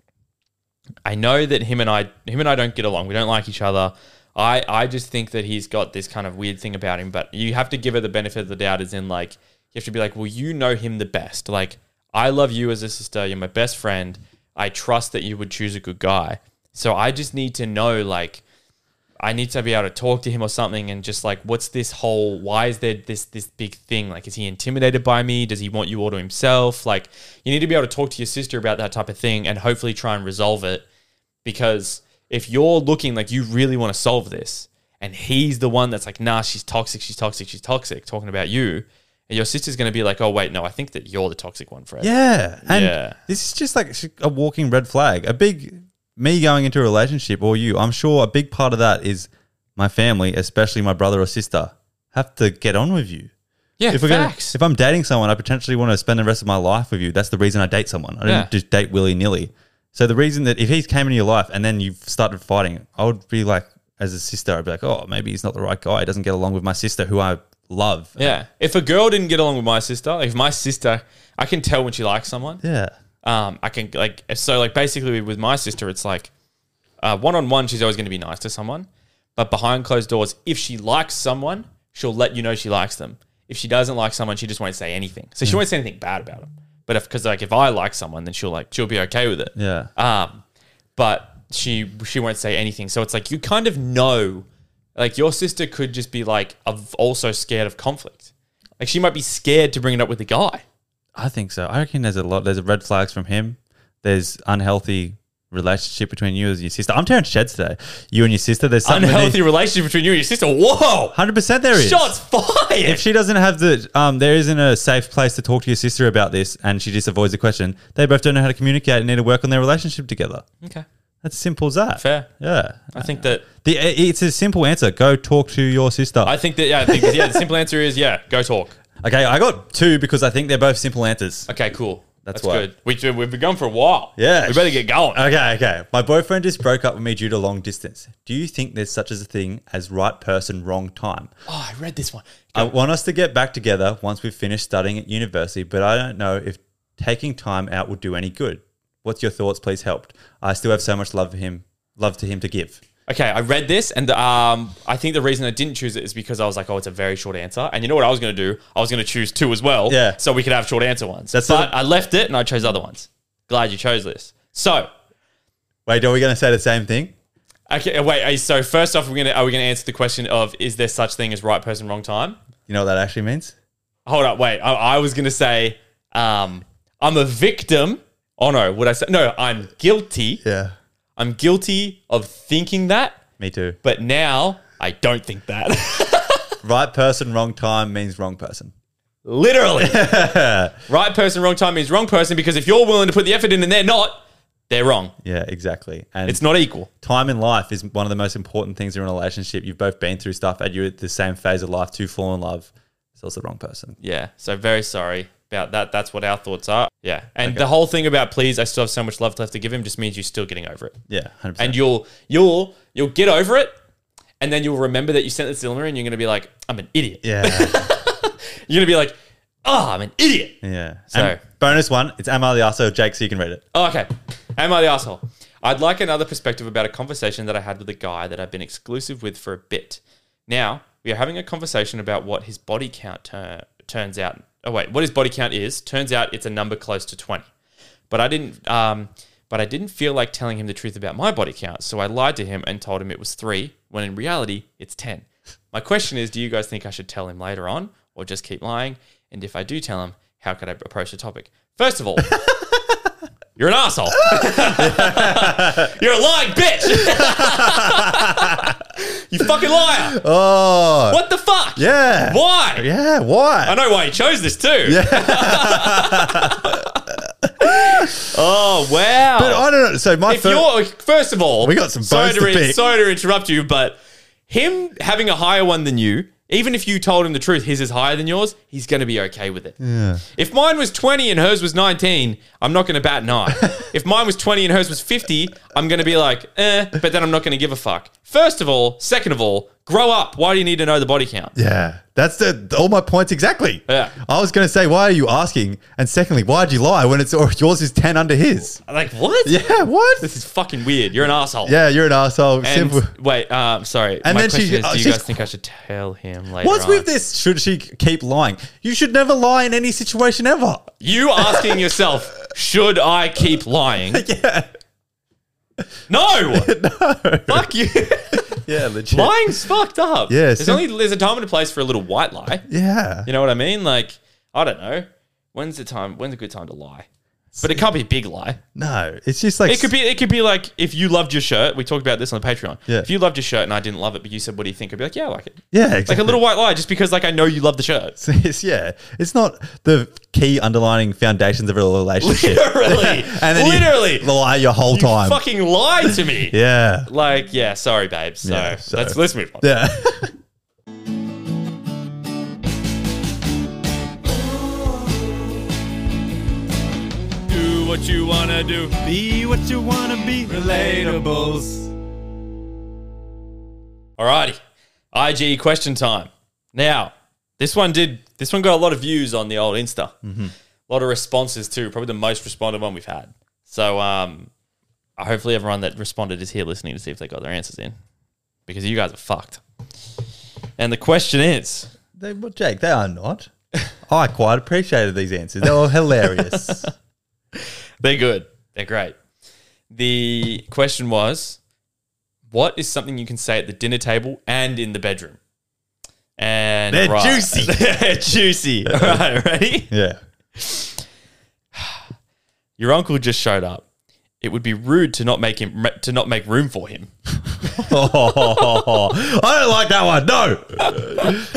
S1: I know that him and I him and I don't get along. We don't like each other. I, I just think that he's got this kind of weird thing about him, but you have to give her the benefit of the doubt as in like you have to be like, Well, you know him the best. Like, I love you as a sister, you're my best friend. I trust that you would choose a good guy. So I just need to know like I need to be able to talk to him or something and just like what's this whole why is there this this big thing? Like is he intimidated by me? Does he want you all to himself? Like you need to be able to talk to your sister about that type of thing and hopefully try and resolve it because if you're looking like you really want to solve this and he's the one that's like nah she's toxic she's toxic she's toxic talking about you and your sister's going to be like oh wait no i think that you're the toxic one fred
S2: Yeah, and
S1: Yeah.
S2: this is just like sh- a walking red flag. A big me going into a relationship or you. I'm sure a big part of that is my family, especially my brother or sister, have to get on with you.
S1: yeah
S2: if we're gonna,
S1: facts
S2: if I'm dating someone, I potentially want to spend the rest of my life with you. That's the reason I date someone. I don't
S1: Yeah.
S2: just date willy nilly. So the reason that if he came into your life and then you started fighting, I would be like, as a sister, I'd be like, oh, maybe he's not the right guy. He doesn't get along with my sister, who I love.
S1: yeah if a girl didn't get along with my sister like if my sister i can tell when she likes someone
S2: Yeah.
S1: um, I can like so like basically with my sister, it's like one on one, she's always going to be nice to someone, but behind closed doors, if she likes someone, she'll let you know she likes them. If she doesn't like someone, she just won't say anything. So she won't say anything bad about them. But if because like if I like someone, then she'll like she'll be okay with it.
S2: Yeah.
S1: Um, but she she won't say anything. So it's like you kind of know, like your sister could just be like "I've also scared of conflict. Like she might be scared to bring it up with the guy.
S2: I think so. I reckon there's a lot. There's red flags from him. There's unhealthy relationship between you and your sister. I'm tearing sheds today. You and your sister. There's something
S1: Unhealthy relationship between you and your sister. Whoa.
S2: Hundred percent, there is.
S1: Shots fired.
S2: If she doesn't have the, um, there isn't a safe place to talk to your sister about this, and she just avoids the question. They both don't know how to communicate and need to work on their relationship together.
S1: Okay.
S2: That's simple as that.
S1: Fair.
S2: Yeah.
S1: I think that
S2: The, it's a simple answer. Go talk to your sister.
S1: I think that yeah, I think yeah, the simple answer is yeah, go talk.
S2: okay, I got two because I think they're both simple answers.
S1: Okay, cool.
S2: That's
S1: That's,
S2: why.
S1: good. We, we've been going for a while.
S2: Yeah.
S1: We better get going.
S2: Okay, okay. My boyfriend just broke up with me due to long distance. Do you think there's such as a thing as right person, wrong time?
S1: oh, I read this one.
S2: I want us to get back together once we've finished studying at university, but I don't know if taking time out would do any good. What's your thoughts? Please help. I still have so much love for him, love to him to give.
S1: Okay, I read this, and um, I think the reason I didn't choose it is because I was like, "Oh, it's a very short answer." And you know what I was going to do? I was going to choose two as well,
S2: Yeah.
S1: so we could have short answer ones.
S2: That's
S1: but
S2: not-
S1: I left it, and I chose other ones. Glad you chose this. So,
S2: Wait, are we going to say the same thing?
S1: okay, wait. uh, So first off, we're gonna are we going to answer the question of is there such thing as right person, wrong time?
S2: You know what that actually means?
S1: Hold up, wait. I, I was going to say um, I'm a victim. Oh no, would I say no? I'm guilty.
S2: Yeah.
S1: I'm guilty of thinking that,
S2: Me too.
S1: but now I don't think that.
S2: Right person, wrong time means wrong person.
S1: Literally. right person, wrong time means wrong person because if you're willing to put the effort in and they're not, they're wrong.
S2: Yeah, exactly. And
S1: It's not equal.
S2: time in life is one of the most important things in a relationship. You've both been through stuff and you're at the same phase of life to fall in love. So it's the wrong person.
S1: Yeah. So very sorry about that. That's what our thoughts are. Yeah. And the whole thing about please, I still have so much love left to give him just means you're still getting over it.
S2: Yeah, 100%.
S1: And you'll you'll you'll get over it and then you'll remember that you sent this dilemma and you're gonna be like, I'm an idiot.
S2: yeah.
S1: You're gonna be like, oh, I'm an idiot.
S2: yeah. So,
S1: So-
S2: bonus one it's Amal the Arso, Jake, so you can read it.
S1: Oh, okay. Am I the asshole? I'd like another perspective about a conversation that I had with a guy that I've been exclusive with for a bit. Now, we are having a conversation about what his body count tur- turns out. Oh, wait, what his body count is. Turns out it's a number close to 20. But I didn't. Um, but I didn't feel like telling him the truth about my body count, so I lied to him and told him it was three, when in reality, it's 10. My question is do you guys think I should tell him later on or just keep lying? And if I do tell him, how could I approach the topic? First of all, you're an asshole. You're a lying bitch. you fucking liar.
S2: Oh,
S1: What the fuck?
S2: yeah.
S1: Why?
S2: Yeah, why?
S1: I know why you chose this too. oh wow.
S2: But I don't know. So my
S1: if
S2: fir-
S1: you're first of all,
S2: We got some
S1: sorry
S2: bones
S1: to,
S2: to
S1: re-
S2: pick.
S1: sorry to interrupt you, but him having a higher one than you, even if you told him the truth, his is higher than yours, he's going to be okay with it. If mine was 20 and hers was 19, I'm not going to bat an eye. if mine was 20 and hers was 50, I'm going to be like, eh, but then I'm not going to give a fuck. First of all, second of all, grow up. Why do you need to know the body count?
S2: yeah, that's the all my points exactly.
S1: Yeah.
S2: I was going to say, why are you asking? And secondly, why'd you lie when it's or yours is ten under his?
S1: Like, what?
S2: Yeah, what?
S1: This is fucking weird. You're an asshole.
S2: yeah, you're an asshole.
S1: And
S2: Simple.
S1: wait, um, sorry.
S2: And
S1: My
S2: then she-
S1: question is,
S2: uh,
S1: do you
S2: she's-
S1: guys think I should tell him later?
S2: What's
S1: on?
S2: with this? Should she keep lying? You should never lie in any situation ever.
S1: You asking yourself, should I keep lying?
S2: Yeah,
S1: No! Fuck you.
S2: yeah, legit.
S1: Lying's fucked up.
S2: Yeah,
S1: There's
S2: sim-
S1: only there's a time and a place for a little white lie.
S2: Yeah,
S1: You know what I mean? Like, I don't know. When's the time when's a good time to lie? But it can't be a big lie.
S2: no, it's just like
S1: It could be it could be like if you loved your shirt, we talked about this on the Patreon.
S2: Yeah.
S1: If you loved your shirt and I didn't love it, but you said what do you think? I'd be like, Yeah, I like it.
S2: yeah,
S1: Like a
S2: exactly.
S1: little white lie, just because like I know you love the shirt.
S2: It's, yeah, it's not the key underlining foundations of a relationship.
S1: Literally.
S2: and then
S1: literally.
S2: you lie your whole
S1: You
S2: time.
S1: fucking lied to me.
S2: yeah,
S1: Like, yeah, sorry, babe. So,
S2: Yeah, so-
S1: let's let's move on.
S2: yeah.
S1: Do what you wanna do.
S5: Be what you wanna be. Relatables.
S1: Alrighty. IG question time. Now, this one did this one got a lot of views on the old Insta.
S5: Mm-hmm.
S1: A lot of responses too. Probably the most responded one we've had. So um hopefully everyone that responded is here listening to see if they got their answers in. Because you guys are fucked. And the question is
S2: They, well, Jake, they are not. I quite appreciated these answers. They were hilarious.
S1: They're good. They're great. The question was, what is something you can say at the dinner table and in the bedroom? And
S2: They're juicy.
S1: They're juicy. All right, ready?
S2: yeah.
S1: Your uncle just showed up. It would be rude to not make him to not make room for him.
S2: I don't like that one. No.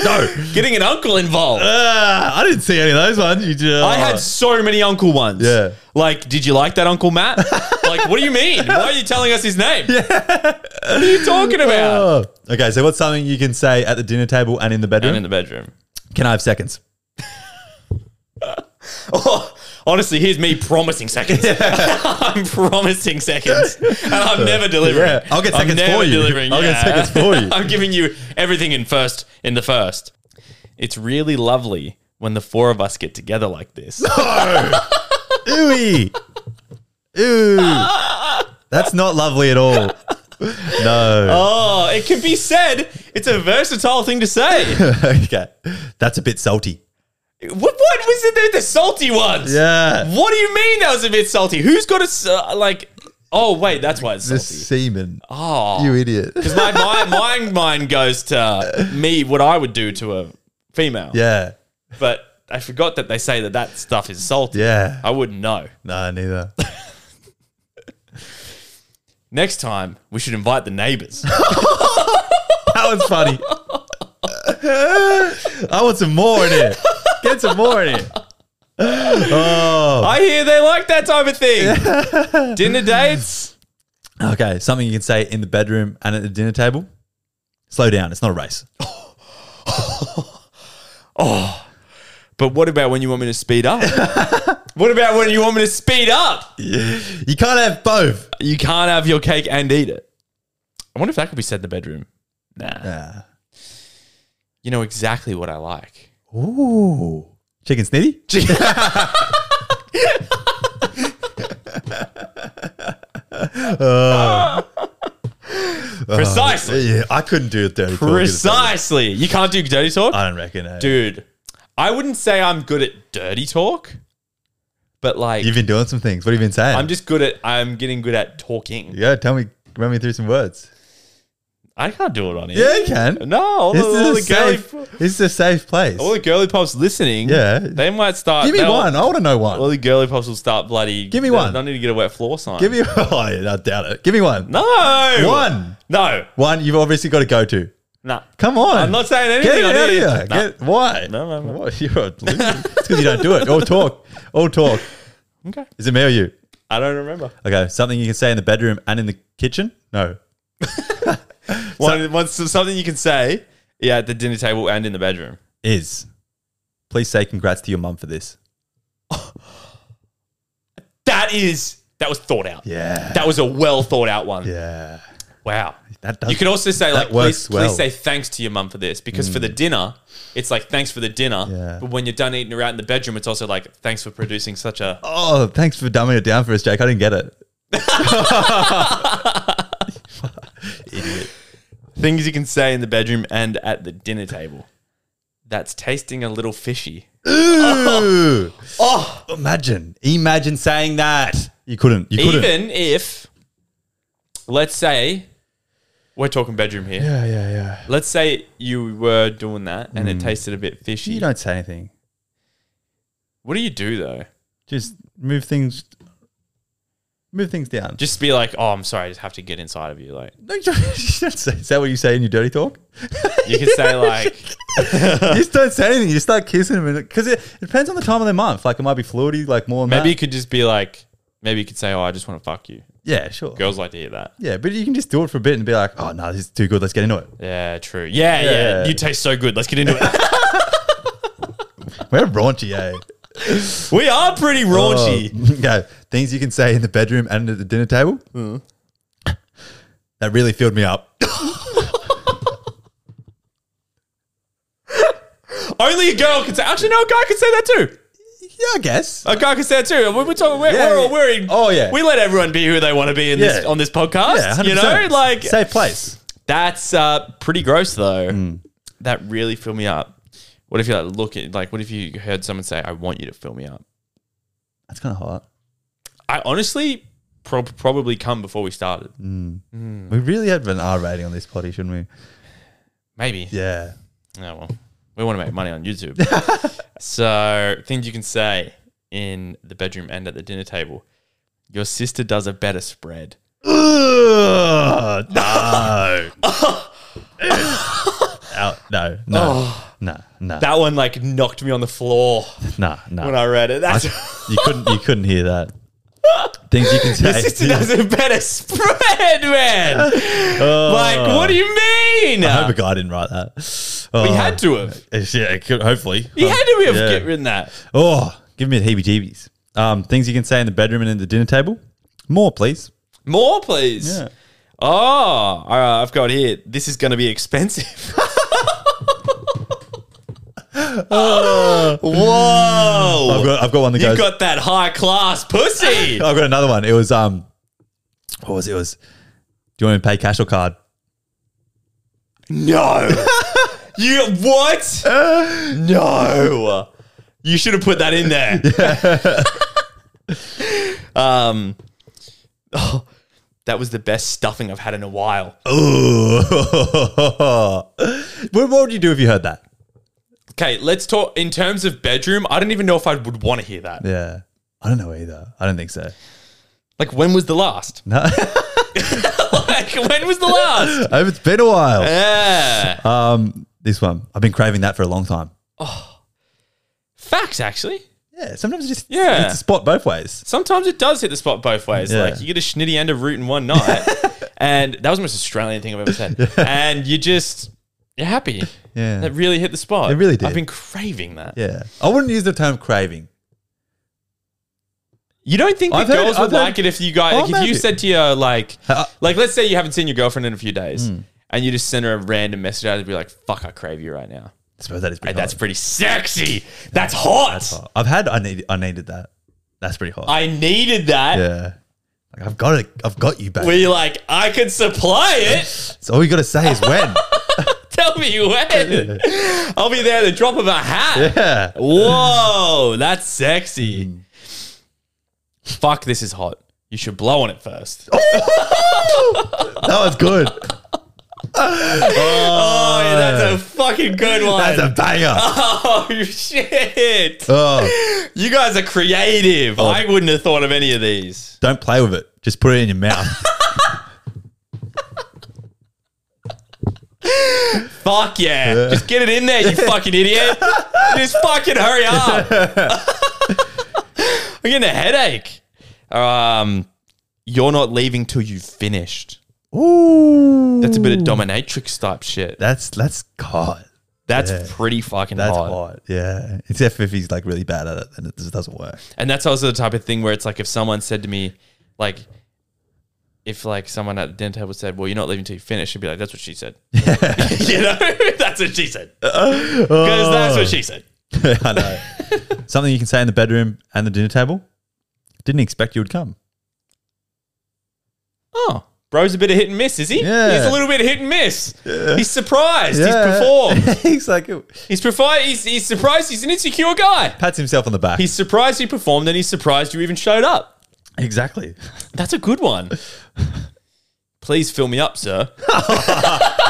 S2: No.
S1: Getting an uncle involved.
S2: Ah, I didn't see any of those ones. You just,
S1: I had so many uncle ones.
S2: Yeah.
S1: Like, did you like that Uncle Matt? like, what do you mean? Why are you telling us his name? What are you talking about?
S2: Oh. Okay, so what's something you can say at the dinner table and in the bedroom?
S1: and in the bedroom.
S2: can I have seconds?
S1: Honestly, here's me promising seconds. I'm promising seconds, and I'm never delivering.
S2: Yeah, I'll get
S1: I'm
S2: seconds
S1: never
S2: for you.
S1: Delivering.
S2: I'll get
S1: yeah.
S2: seconds for you.
S1: I'm giving you everything in first in the first. It's really lovely when the four of us get together like this.
S2: Ooey. Ooh. That's not lovely at all. No.
S1: Oh, it can be said. It's a versatile thing to say.
S2: okay. That's a bit salty.
S1: what, what was it? The, the salty ones.
S2: Yeah.
S1: What do you mean that was a bit salty? Who's got a s- uh, like? Oh wait, that's why it's
S2: The
S1: salty.
S2: semen.
S1: Oh,
S2: You idiot.
S1: my, my mind mind goes to me what I would do to a female.
S2: Yeah.
S1: But I forgot that they say that that stuff is salty.
S2: Yeah.
S1: I wouldn't know.
S2: No, neither.
S1: Next time we should invite the neighbors.
S2: That was funny. I want some more in here. Get some more in here. Oh.
S1: I hear they like that type of thing. Dinner dates.
S2: Okay. Something you can say in the bedroom and at the dinner table. Slow down. It's not a race.
S1: But what about when you want me to speed up? what about when you want me to speed up?
S2: You can't have both.
S1: You can't have your cake and eat it. I wonder if that could be said in the bedroom. Nah.
S2: Yeah.
S1: You know exactly what I like.
S2: Ooh. Chicken snitty?
S1: Precisely.
S2: Uh, yeah, I couldn't do it dirty. talk.
S1: Precisely. You can't do dirty talk?
S2: I don't reckon. eh?
S1: Dude, I wouldn't say I'm good at dirty talk, but like,
S2: You've been doing some things. What have you been saying?
S1: I'm just good at, I'm getting good at talking.
S2: Yeah, tell me, run me through some words.
S1: I can't do it on here.
S2: Yeah, you can.
S1: No, all the,
S2: This
S1: all the
S2: is, a safe,
S1: girly,
S2: this is a safe place.
S1: all the girly pops listening.
S2: Yeah.
S1: They might start.
S2: Give me
S1: they'll-
S2: one. I want to know
S1: All
S2: one.
S1: the girly pops will start bloody.
S2: Give me
S1: they'll-
S2: one.
S1: They'll need to get a wet floor sign.
S2: Give me oh, yeah, I doubt it. Give me one.
S1: No.
S2: One.
S1: No.
S2: One you've obviously got to go to.
S1: Nah.
S2: Come on.
S1: I'm not saying
S2: Get
S1: anything
S2: it
S1: on
S2: out of
S1: here.
S2: here.
S1: Nah.
S2: Get, why?
S1: No, no, no.
S2: What? You're a loser. it's because you don't do it. All talk. All talk.
S1: Okay.
S2: Is it me or you?
S1: I don't remember.
S2: Okay, something you can say in the bedroom and in the kitchen? No.
S1: One, one, so something you can say, yeah, at the dinner table and in the bedroom.
S2: Is. Please say congrats to your mum for this.
S1: That is that was thought out.
S2: Yeah.
S1: That was a well thought out one.
S2: yeah.
S1: Wow.
S2: That does.
S1: You could also say like,
S2: works
S1: please,
S2: well. Mm.
S1: please say thanks to your mum for this because for the dinner, it's like thanks for the dinner.
S2: Yeah.
S1: But when you're done eating around in the bedroom, it's also like thanks for producing such a.
S2: Oh, thanks for dumbing it down for us, Jake. I didn't get it.
S1: Things you can say in the bedroom and at the dinner table. That's tasting a little fishy.
S2: Ooh. oh, imagine. Imagine saying that. You couldn't. You couldn't.
S1: Even if, let's say, we're talking bedroom here.
S2: Yeah, yeah, yeah.
S1: Let's say you were doing that and it tasted a bit fishy.
S2: Mm. You don't say anything.
S1: what do you do though?
S2: Just move things. Move things down.
S1: Just be like, oh, I'm sorry, I just have to get inside of you. Like,
S2: Don't you- you don't say- Is that what you say in your dirty talk?
S1: you can say like,
S2: you just don't say anything. You just start kissing them because it, it depends on the time of the month. Like it might be fluidy, like more. Than
S1: maybe you
S2: that.
S1: could just be like, maybe you could say, oh, I just want to fuck you.
S2: yeah, sure.
S1: Girls like to hear that.
S2: Yeah, but you can just do it for a bit and be like, oh no, this is too good. Let's get into it.
S1: Yeah, true. Yeah, yeah,
S2: Yeah.
S1: You taste so good. Let's get into it.
S2: We're raunchy, eh?
S1: we are pretty raunchy.
S2: Oh, okay. Things you can say in the bedroom and at the dinner table. That really filled me up. Oh.
S1: Only a girl can say. Actually, no, a guy can say that too.
S2: yeah, I guess.
S1: A guy can say that too. We- We're talking. We're,
S2: Yeah,
S1: we're, all-
S2: yeah.
S1: we're in-
S2: Oh, yeah.
S1: We let everyone be who they want to be in this
S2: Yeah.
S1: on this podcast.
S2: yeah, 100%.
S1: you know, like
S2: safe place.
S1: That's uh, pretty gross, though.
S2: Hmm.
S1: That really filled me up. What if you like look at like? What if you heard someone say, "I want you to fill me up"?
S2: That's kind of hot.
S1: I honestly prob probably come before we started.
S2: Hmm. We really have an R rating on this potty, shouldn't we?
S1: Maybe.
S2: Yeah.
S1: Oh well, we want to make money on YouTube. so things you can say in the bedroom and at the dinner table. Your sister does a better spread.
S2: Ugh, no. Out. No. No. No. No.
S1: Oh. That one like knocked me on the floor
S2: No.
S1: when
S2: No.
S1: I read it. That's
S2: You couldn't. You couldn't hear that. Things you can say.
S1: your sister does a better spread, man.
S2: Oh.
S1: Like, what do you mean?
S2: I hope a guy didn't write that. Oh.
S1: He had to have.
S2: Yeah, it could- hopefully.
S1: He had to have
S2: Yeah.
S1: get rid of that.
S2: Oh, give me the heebie-jeebies. Um, things you can say in the bedroom and at the dinner table. More, please.
S1: More, please. Oh, all right, I've got here. This is going to be expensive.
S2: I've
S1: Whoa.
S2: got, Uh. I've got one that
S1: You
S2: goes.
S1: got that high class pussy.
S2: I've got another one. It was um, what was it? It was. Do you want me to pay cash or card?
S1: No. you what? no. You should have put that in there. um oh, that was the best stuffing I've had in a while.
S2: Ooh. what, what would you do if you heard that?
S1: Okay, let's talk in terms of bedroom. I don't even know if I would want to hear that.
S2: Yeah, I don't know either. I don't think so.
S1: Like when was the last?
S2: No,
S1: like when was the last?
S2: it's been a while.
S1: Yeah.
S2: Um, this one I've been craving that for a long time.
S1: Facts actually.
S2: Yeah, sometimes it just
S1: Yeah.
S2: it's a spot both ways.
S1: Sometimes it does hit the spot both ways.
S2: Yeah.
S1: Like you get a schnitty end of root in one night, and that was the most Australian thing I've ever said. And you just you're happy.
S2: Yeah.
S1: that really hit the spot.
S2: It really did.
S1: I've been craving that.
S2: Yeah, I wouldn't use the term craving.
S1: You don't think that
S2: I've heard-
S1: girls would
S2: I've heard-
S1: like it if you guys,
S2: Oh,
S1: like if you
S2: maybe.
S1: said to your like,
S2: Uh, Hmm.
S1: like let's say you haven't seen your girlfriend in a few days, and you just send her a random message out and be like, "Fuck, I crave you right now."
S2: I suppose that is
S1: Hey,
S2: pretty.
S1: that's
S2: hot.
S1: pretty sexy. That's hot.
S2: hot. I've had. I need. I needed that. That's pretty hot.
S1: I needed that.
S2: yeah, like I've got it. I've got you back.
S1: Were you like, I could supply it?
S2: so all you got to say is when.
S1: Tell me when. I'll be there at the drop of a hat.
S2: yeah. Mm.
S1: Whoa, that's sexy. Fuck, this is hot. You should blow on it first. Oh,
S2: That was good.
S1: yeah, that's a fucking good one.
S2: That's a banger.
S1: oh, shit.
S2: Oh,
S1: You guys are creative. I wouldn't have thought of any of these.
S2: don't play with it. Just put it in your mouth.
S1: Fuck yeah. Just get it in there, you fucking idiot. Just fucking hurry up. I'm getting a headache. Um, you're not leaving till you've finished.
S2: Ooh.
S1: That's a bit of dominatrix type shit.
S2: That's that's hot.
S1: That's pretty fucking
S2: That's
S1: hot.
S2: hot. Yeah. Except if he's like really bad at it, then it just doesn't work.
S1: And that's also the type of thing where it's like if someone said to me, like, if like someone at the dinner table said, "Well, you're not leaving till you finish," I'd be like, "That's what she said." you know, that's what she said because that's what she said.
S2: I know. Something you can say in the bedroom and the dinner table. Didn't expect you would come.
S1: Oh, bro's a bit of hit and miss, is he?
S2: Yeah.
S1: He's a little bit of hit and miss. He's surprised.
S2: Yeah.
S1: He's performed.
S2: he's like
S1: He's, perfi- he's he's surprised. He's an insecure guy.
S2: pats himself on the back.
S1: He's surprised you performed, and he's surprised you even showed up.
S2: exactly.
S1: That's a good one. Please fill me up, sir. oh,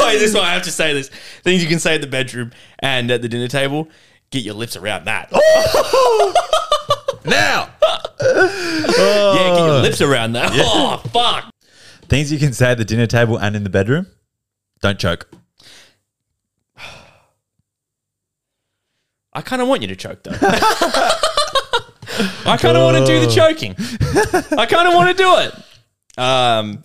S1: wait, this is why I have to say this. Things you can say at the bedroom and at the dinner table. Get your lips around that.
S2: Now
S1: yeah, get your lips around that. Oh, fuck.
S2: things you can say at the dinner table and in the bedroom. Don't choke.
S1: I kind of want you to choke, though. I kind of want to do the choking. I kind of want to do it. Um,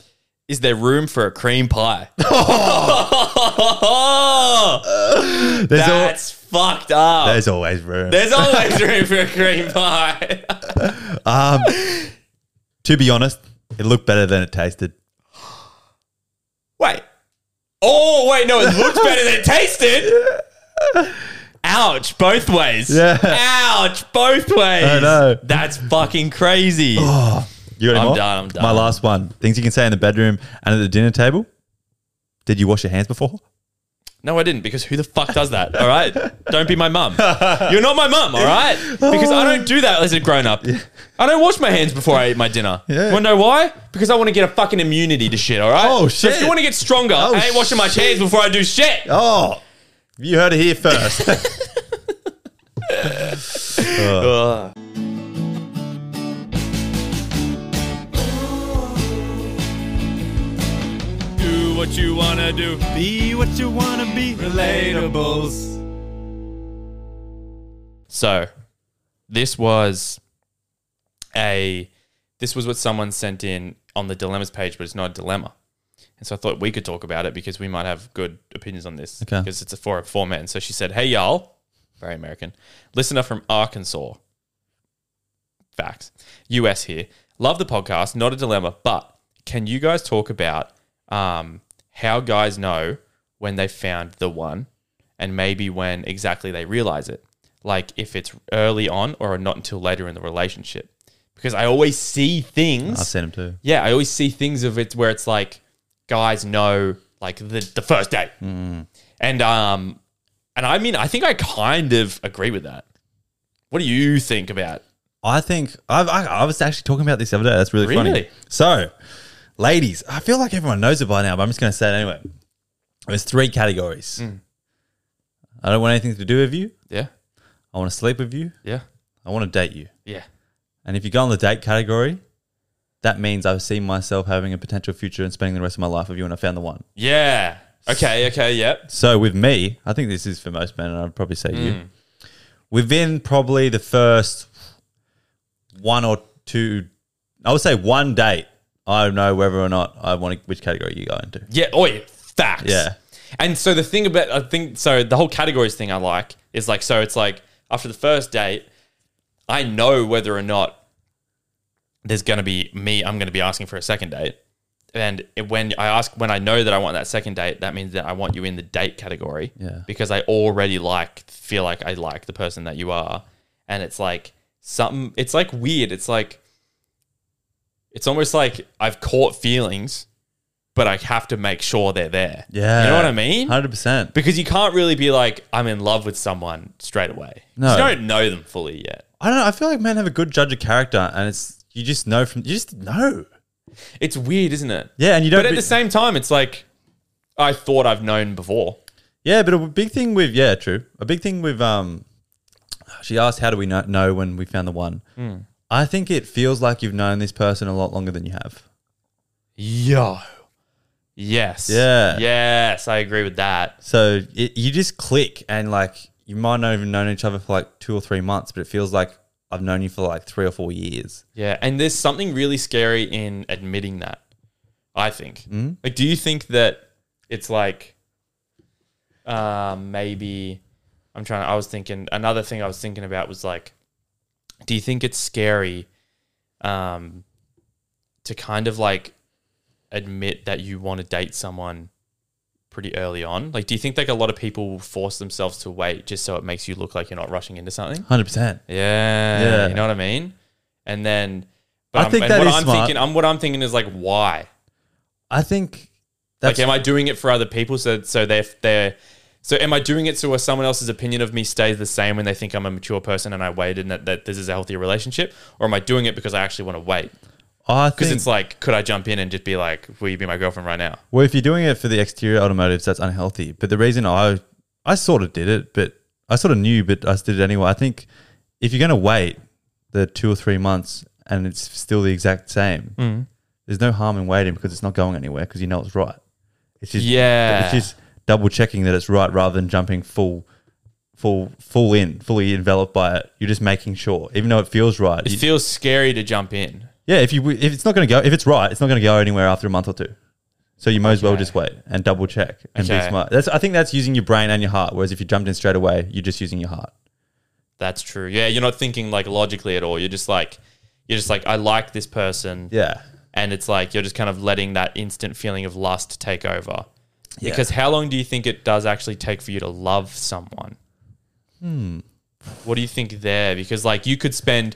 S1: is there room for a cream pie?
S2: There's, al-
S1: That's fucked up.
S2: there's always room.
S1: There's always room for a cream pie.
S2: to be honest, it looked better than it tasted.
S1: wait. Oh, wait, no, it looked better than it tasted. Ouch, both ways.
S2: Yeah.
S1: Ouch, both ways.
S2: I know.
S1: That's fucking crazy.
S2: You got any
S1: I'm
S2: more?
S1: done, I'm done.
S2: My last one. Things you can say in the bedroom and at the dinner table. Did you wash your hands before?
S1: No, I didn't because who the fuck does that? All right. Don't be my mum. You're not my mum, all right? Because I don't do that as a grown up. I don't wash my hands before I eat my dinner.
S2: Yeah.
S1: Want to know why? Because I want to get a fucking immunity to shit, all right?
S2: Oh,
S1: So if
S2: shit.
S1: you want to get stronger,
S2: Oh,
S1: I ain't washing my
S2: shit.
S1: hands before I do shit.
S2: Oh, you heard it here first. Oh,
S1: Do what you want to do.
S5: Be what you wanna be. Relatables.
S1: So, this was a this was what someone sent in on the dilemmas page, but it's not a dilemma. And so I thought we could talk about it because we might have good opinions on this
S2: Okay.
S1: because it's a four four men. So she said, "Hey y'all, very American listener from Arkansas, facts, US here. Love the podcast, not a dilemma, but can you guys talk about um, how guys know when they found the one and maybe when exactly they realize it. Like if it's early on or not until later in the relationship. Because I always see things.
S2: I've seen him too.
S1: Yeah, I always see things of it where it's like guys know like the, the first date. And um and I mean I think I kind of agree with that. What do you think about
S2: I think I've, I, I was actually talking about this the other day. That's really, funny.
S1: Really?
S2: So, ladies, I feel like everyone knows it by now, but I'm just going to say it anyway. There's three categories.
S1: Mm.
S2: I don't want anything to do with you.
S1: Yeah.
S2: I want to sleep with you.
S1: Yeah.
S2: I want to date you.
S1: Yeah.
S2: And if you go on the date category, that means I've seen myself having a potential future and spending the rest of my life with you, and I found the one.
S1: Yeah. Okay, okay, yep.
S2: So with me, I think this is for most men, and I'd probably say
S1: Mm.
S2: you. Within probably the first one or two, I would say one date, I know whether or not I want to, which category you go into.
S1: Yeah, oh yeah, facts.
S2: Yeah.
S1: And so the thing about I think so the whole categories thing I like is like so it's like after the first date, I know whether or not there's gonna be me, I'm gonna be asking for a second date. And it- when I ask when I know that I want that second date, that means that I want you in the date category.
S2: Yeah.
S1: Because I already like feel like I like the person that you are. And it's like something it's like weird. It's like it's almost like I've caught feelings, but I have to make sure they're there.
S2: Yeah.
S1: You know what I mean?
S2: 100%.
S1: Because you can't really be like, I'm in love with someone straight away.
S2: No.
S1: 'Cause You don't know them fully yet.
S2: I don't know. I feel like men have a good judge of character, and it's, you just know from, you just know.
S1: It's weird, isn't it?
S2: Yeah. And you don't,
S1: But at
S2: be-
S1: the same time, it's like, I thought I've known before.
S2: yeah. But a big thing with, yeah, true. A big thing with, um, she asked, how do we know, know when we found the one?
S1: Hmm.
S2: I think it feels like you've known this person a lot longer than you have.
S1: Yo. Yes.
S2: Yeah.
S1: Yes, I agree with that.
S2: So it, you just click and like you might not even known each other for like two or three months, but it feels like I've known you for like three or four years.
S1: Yeah. And there's something really scary in admitting that, I think. Like, do you think that it's like, uh, maybe, I'm trying to, I was thinking, another thing I was thinking about was like, do you think it's scary um, to kind of like admit that you want to date someone pretty early on? Like, do you think like a lot of people force themselves to wait just so it makes you look like you're not rushing into something?
S2: Hundred percent.
S1: Yeah,
S2: Yeah.
S1: You know what I mean? And then,
S2: I
S1: but I am
S2: think
S1: and
S2: that
S1: what
S2: is
S1: I'm
S2: smart.
S1: thinking, I'm what I'm thinking is like, why?
S2: I think that's
S1: like, am I doing it for other people? So, so they're they're. So am I doing it so where someone else's opinion of me stays the same when they think I'm a mature person and I waited and that, that this is a healthier relationship? Or am I doing it because I actually want to wait?
S2: I
S1: Because
S2: think
S1: it's like, could I jump in and just be like, will you be my girlfriend right now?
S2: well, if you're doing it for the exterior automotives, that's unhealthy. But the reason I I sort of did it, but I sort of knew, but I did it anyway. I think if you're gonna wait the two or three months and it's still the exact same, there's no harm in waiting because it's not going anywhere because you know it's right. It's just
S1: Yeah.
S2: It's just double checking that it's right rather than jumping full, full, full in, fully enveloped by it. You're just making sure, even though it feels right.
S1: It
S2: you-
S1: feels scary to jump in.
S2: yeah, if you if it's not going to go, if it's right, it's not going to go anywhere after a month or two. So you might as well just wait and double check and be
S1: Okay.
S2: smart. That's I think that's using your brain and your heart. Whereas if you jumped in straight away, you're just using your heart.
S1: That's true. Yeah, you're not thinking like logically at all. You're just like, you're just like, I like this person.
S2: Yeah,
S1: and it's like you're just kind of letting that instant feeling of lust take over.
S2: Yeah.
S1: Because how long do you think it does actually take for you to love someone? Hmm. What do you think there? Because like you could spend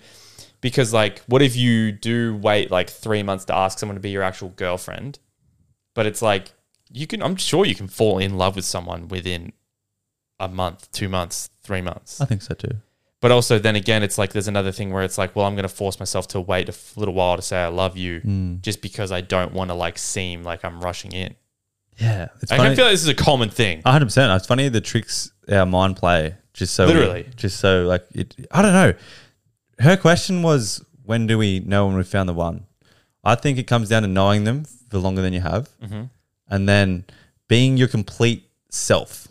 S1: because like what if you do wait like 3 months to ask someone to be your actual girlfriend? But it's like you can I'm sure you can fall in love with someone within a month, 2 months, 3 months.
S2: I think so too.
S1: But also, then again, it's like there's another thing where it's like, well, I'm going to force myself to wait a f- little while to say I love you just because I don't want to like seem like I'm rushing in.
S2: Yeah, it's
S1: Like, I feel like this is a common thing.
S2: hundred percent. It's funny the tricks our mind play just so
S1: Literally.
S2: just so like it. I don't know. Her question was, when do we know when we found the one? I think it comes down to knowing them for longer than you have, and then being your complete self.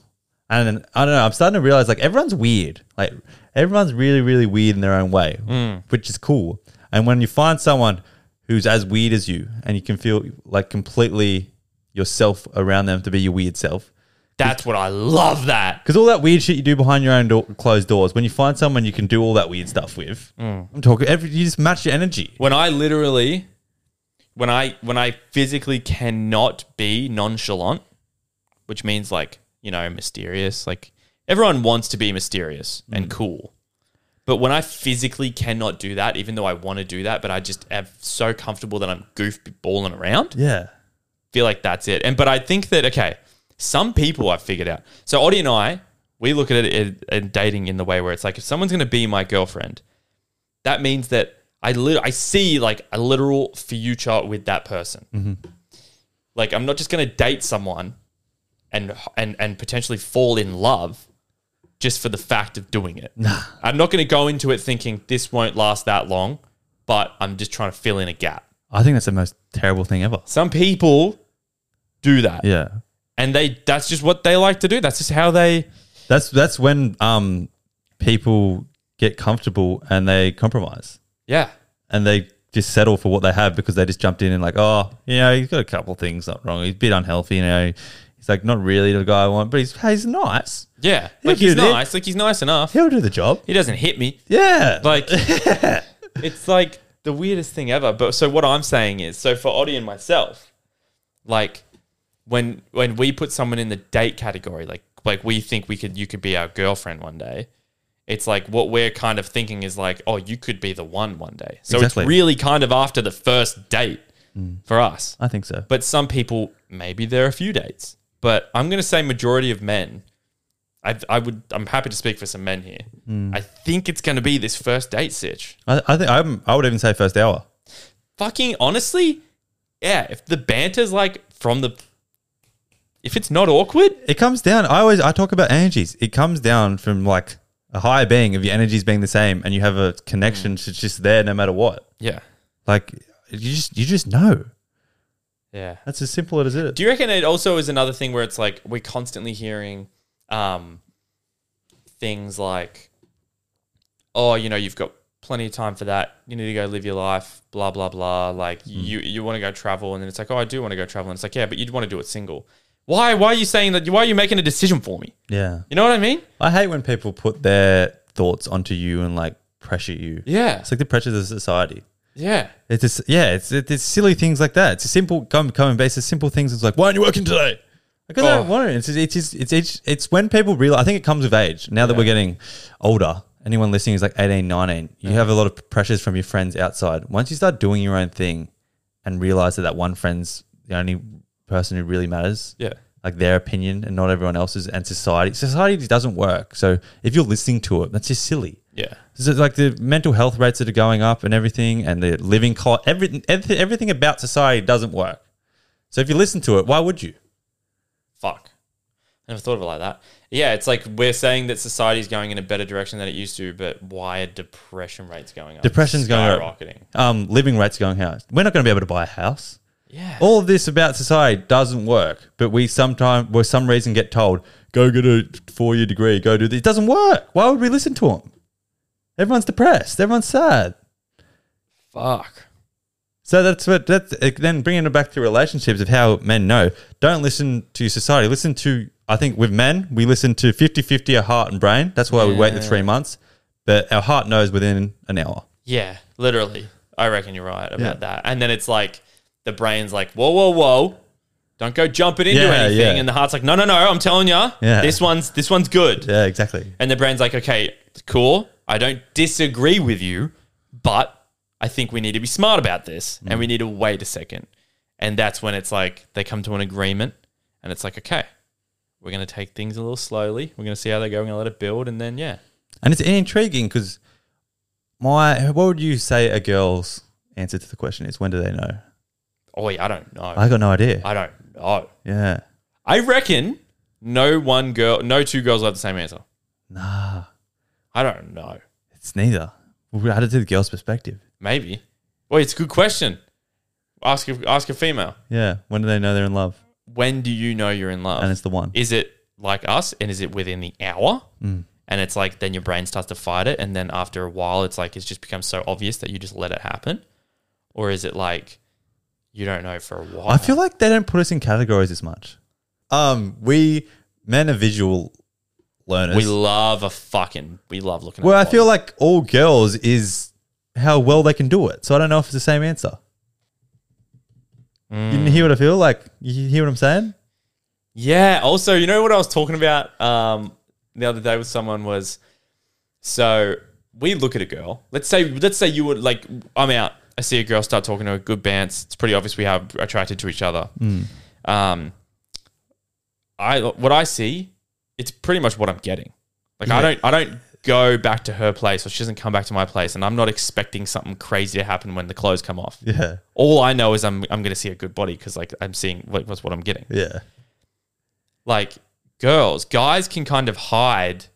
S2: And then- I don't know. I'm starting to realize like everyone's weird. Like everyone's really, really weird in their own way, which is cool. And when you find someone who's as weird as you, and you can feel like completely yourself around them to be your weird self,
S1: That's what I love that.
S2: because all that weird shit you do behind your own door, closed doors, when you find someone you can do all that weird stuff with, I'm talking. Every, you just match your energy.
S1: When I literally, when I, when I physically cannot be nonchalant, which means like, you know, mysterious, like Everyone wants to be mysterious and cool. But when I physically cannot do that, even though I want to do that, but I just am so comfortable that I'm goofballing around,
S2: Yeah.
S1: feel like that's it. And but I think that okay, some people I've figured out. So Audie and I, we look at it in, in dating in the way where it's like if someone's going to be my girlfriend, that means that I lit- I see like a literal future with that person. Like I'm not just going to date someone and and and potentially fall in love just for the fact of doing it. Nah. I'm not going to go into it thinking this won't last that long, but I'm just trying to fill in a gap.
S2: I think that's the most terrible thing ever.
S1: Some people do that
S2: Yeah.
S1: and they that's just what they like to do that's just how they
S2: That's that's when um people get comfortable and they compromise
S1: yeah
S2: and they just settle for what they have because they just jumped in and like, oh, you know, he's got a couple of things not wrong. He's a bit unhealthy, you know. He's like not really the guy I want, but he's hey, he's nice.
S1: yeah like
S2: He'll
S1: he's
S2: do that.
S1: nice like he's nice enough
S2: He'll do the job.
S1: he doesn't hit me
S2: Yeah.
S1: like it's like the weirdest thing ever but so what i'm saying is so for oddie and myself like when when we put someone in the date category like like we think we could you could be our girlfriend one day it's like what we're kind of thinking is like oh you could be the one one day so
S2: Exactly.
S1: it's really kind of after the first date for us
S2: I think so.
S1: But some people, maybe there are a few dates. But I'm going to say majority of men. I, I would. I'm happy to speak for some men here. I think it's going to be this first date sitch.
S2: I, I think I'm, I would even say first hour.
S1: Fucking honestly, yeah. If the banter's like from the, if it's not awkward,
S2: It comes down. I always I talk about energies. It comes down from like a higher being of your energies being the same, and you have a connection
S1: Mm.
S2: to just there no matter what.
S1: yeah,
S2: Like you just you just know.
S1: yeah.
S2: That's as simple as it is.
S1: Do you reckon it also is another thing where it's like we're constantly hearing um, things like, oh, you know, you've got plenty of time for that. You need to go live your life, blah, blah, blah. Like
S2: Hmm.
S1: you you want to go travel. And then it's like, oh, I do want to go travel. And it's like, yeah, but you'd want to do it single. Why? Why are you saying that? Why are you making a decision for me?
S2: yeah.
S1: You know what I mean?
S2: I hate when people put their thoughts onto you and like pressure you.
S1: Yeah.
S2: It's like the pressures of society.
S1: Yeah.
S2: It's just, yeah, it's, it's it's silly things like that. It's a simple come come and base. It's simple things. It's like why aren't you working today? Because I don't
S1: Oh.
S2: want it. It's just- it's just- it's it's, it's when people realize. I think it comes with age. Now that we're getting older, anyone listening is like 18, 19, You have a lot of pressures from your friends outside. Once you start doing your own thing, and realize that that one friend's the only person who really matters.
S1: Yeah.
S2: Like their opinion and not everyone else's, and society. Society just doesn't work. So if you're listening to it, that's just silly.
S1: Yeah.
S2: So like the mental health rates that are going up and everything, and the living cost, everything, everything, everything about society doesn't work. So if you listen to it, why would you?
S1: Fuck. I never thought of it like that. Yeah, it's like we're saying that society's going in a better direction than it used to, but why are depression rates going up?
S2: Depression's going up.
S1: Skyrocketing.
S2: Um, living rates going high. We're not going to be able to buy a house.
S1: Yeah.
S2: All of this about society doesn't work. But we sometimes, for some reason, get told go get a four-year degree, go do this. It doesn't work. Why would we listen to them? Everyone's depressed. Everyone's sad.
S1: Fuck.
S2: So that's what that's uh, then bringing it back to relationships of how men know. Don't listen to society. Listen to I think with men we listen to 50-50 a heart and brain. That's why we wait the three months, but our heart knows within an hour.
S1: Yeah, literally. I reckon you're right about that. And then it's like the brain's like, whoa, whoa, whoa. Don't go jumping into
S2: Yeah,
S1: anything.
S2: yeah.
S1: And the heart's like, no, no, no, I'm telling you,
S2: Yeah.
S1: this one's this one's good.
S2: Yeah, exactly.
S1: And the brain's like, okay, cool. I don't disagree with you, but I think we need to be smart about this and we
S2: Mm.
S1: need to wait a second. And that's when it's like they come to an agreement and it's like, okay, we're going to take things a little slowly. We're going to see how they go. We're going to let it build. And then, yeah.
S2: And it's intriguing because my what would you say a girl's answer to the question is? When do they know?
S1: Oh, yeah, I don't know.
S2: I got no idea.
S1: I don't know.
S2: yeah,
S1: I reckon no one girl, no two girls will have the same answer.
S2: nah,
S1: I don't know.
S2: it's neither. We added to the girl's perspective.
S1: Maybe. Wait, it's a good question. Ask a, ask a female.
S2: Yeah, when do they know they're in love?
S1: When do you know you're in love?
S2: And it's the one.
S1: is it like us, and is it within the hour?
S2: Mm.
S1: And it's like then your brain starts to fight it, and then after a while, it's like it's just becomes so obvious that you just let it happen, or is it like you don't know for a while?
S2: I feel like they don't put us in categories as much. Um, we men are visual learners.
S1: we love a fucking we love looking.
S2: well,
S1: at
S2: I
S1: the
S2: feel
S1: body.
S2: like all girls is how well they can do it. So I don't know if it's the same answer. You
S1: Mm.
S2: didn't hear what I feel like. You hear what I'm saying?
S1: Yeah. Also, you know what I was talking about? Um, the other day with someone was so we look at a girl. Let's say let's say you would like I'm out. I see a girl start talking to a good bants. It's pretty obvious we are attracted to each other. Um, I what I see, it's pretty much what I'm getting. Like I don't I don't go back to her place or she doesn't come back to my place and I'm not expecting something crazy to happen when the clothes come off.
S2: Yeah.
S1: All I know is I'm I'm going to see a good body cuz like I'm seeing what, what's what I'm getting
S2: Yeah.
S1: like girls, guys can kind of hide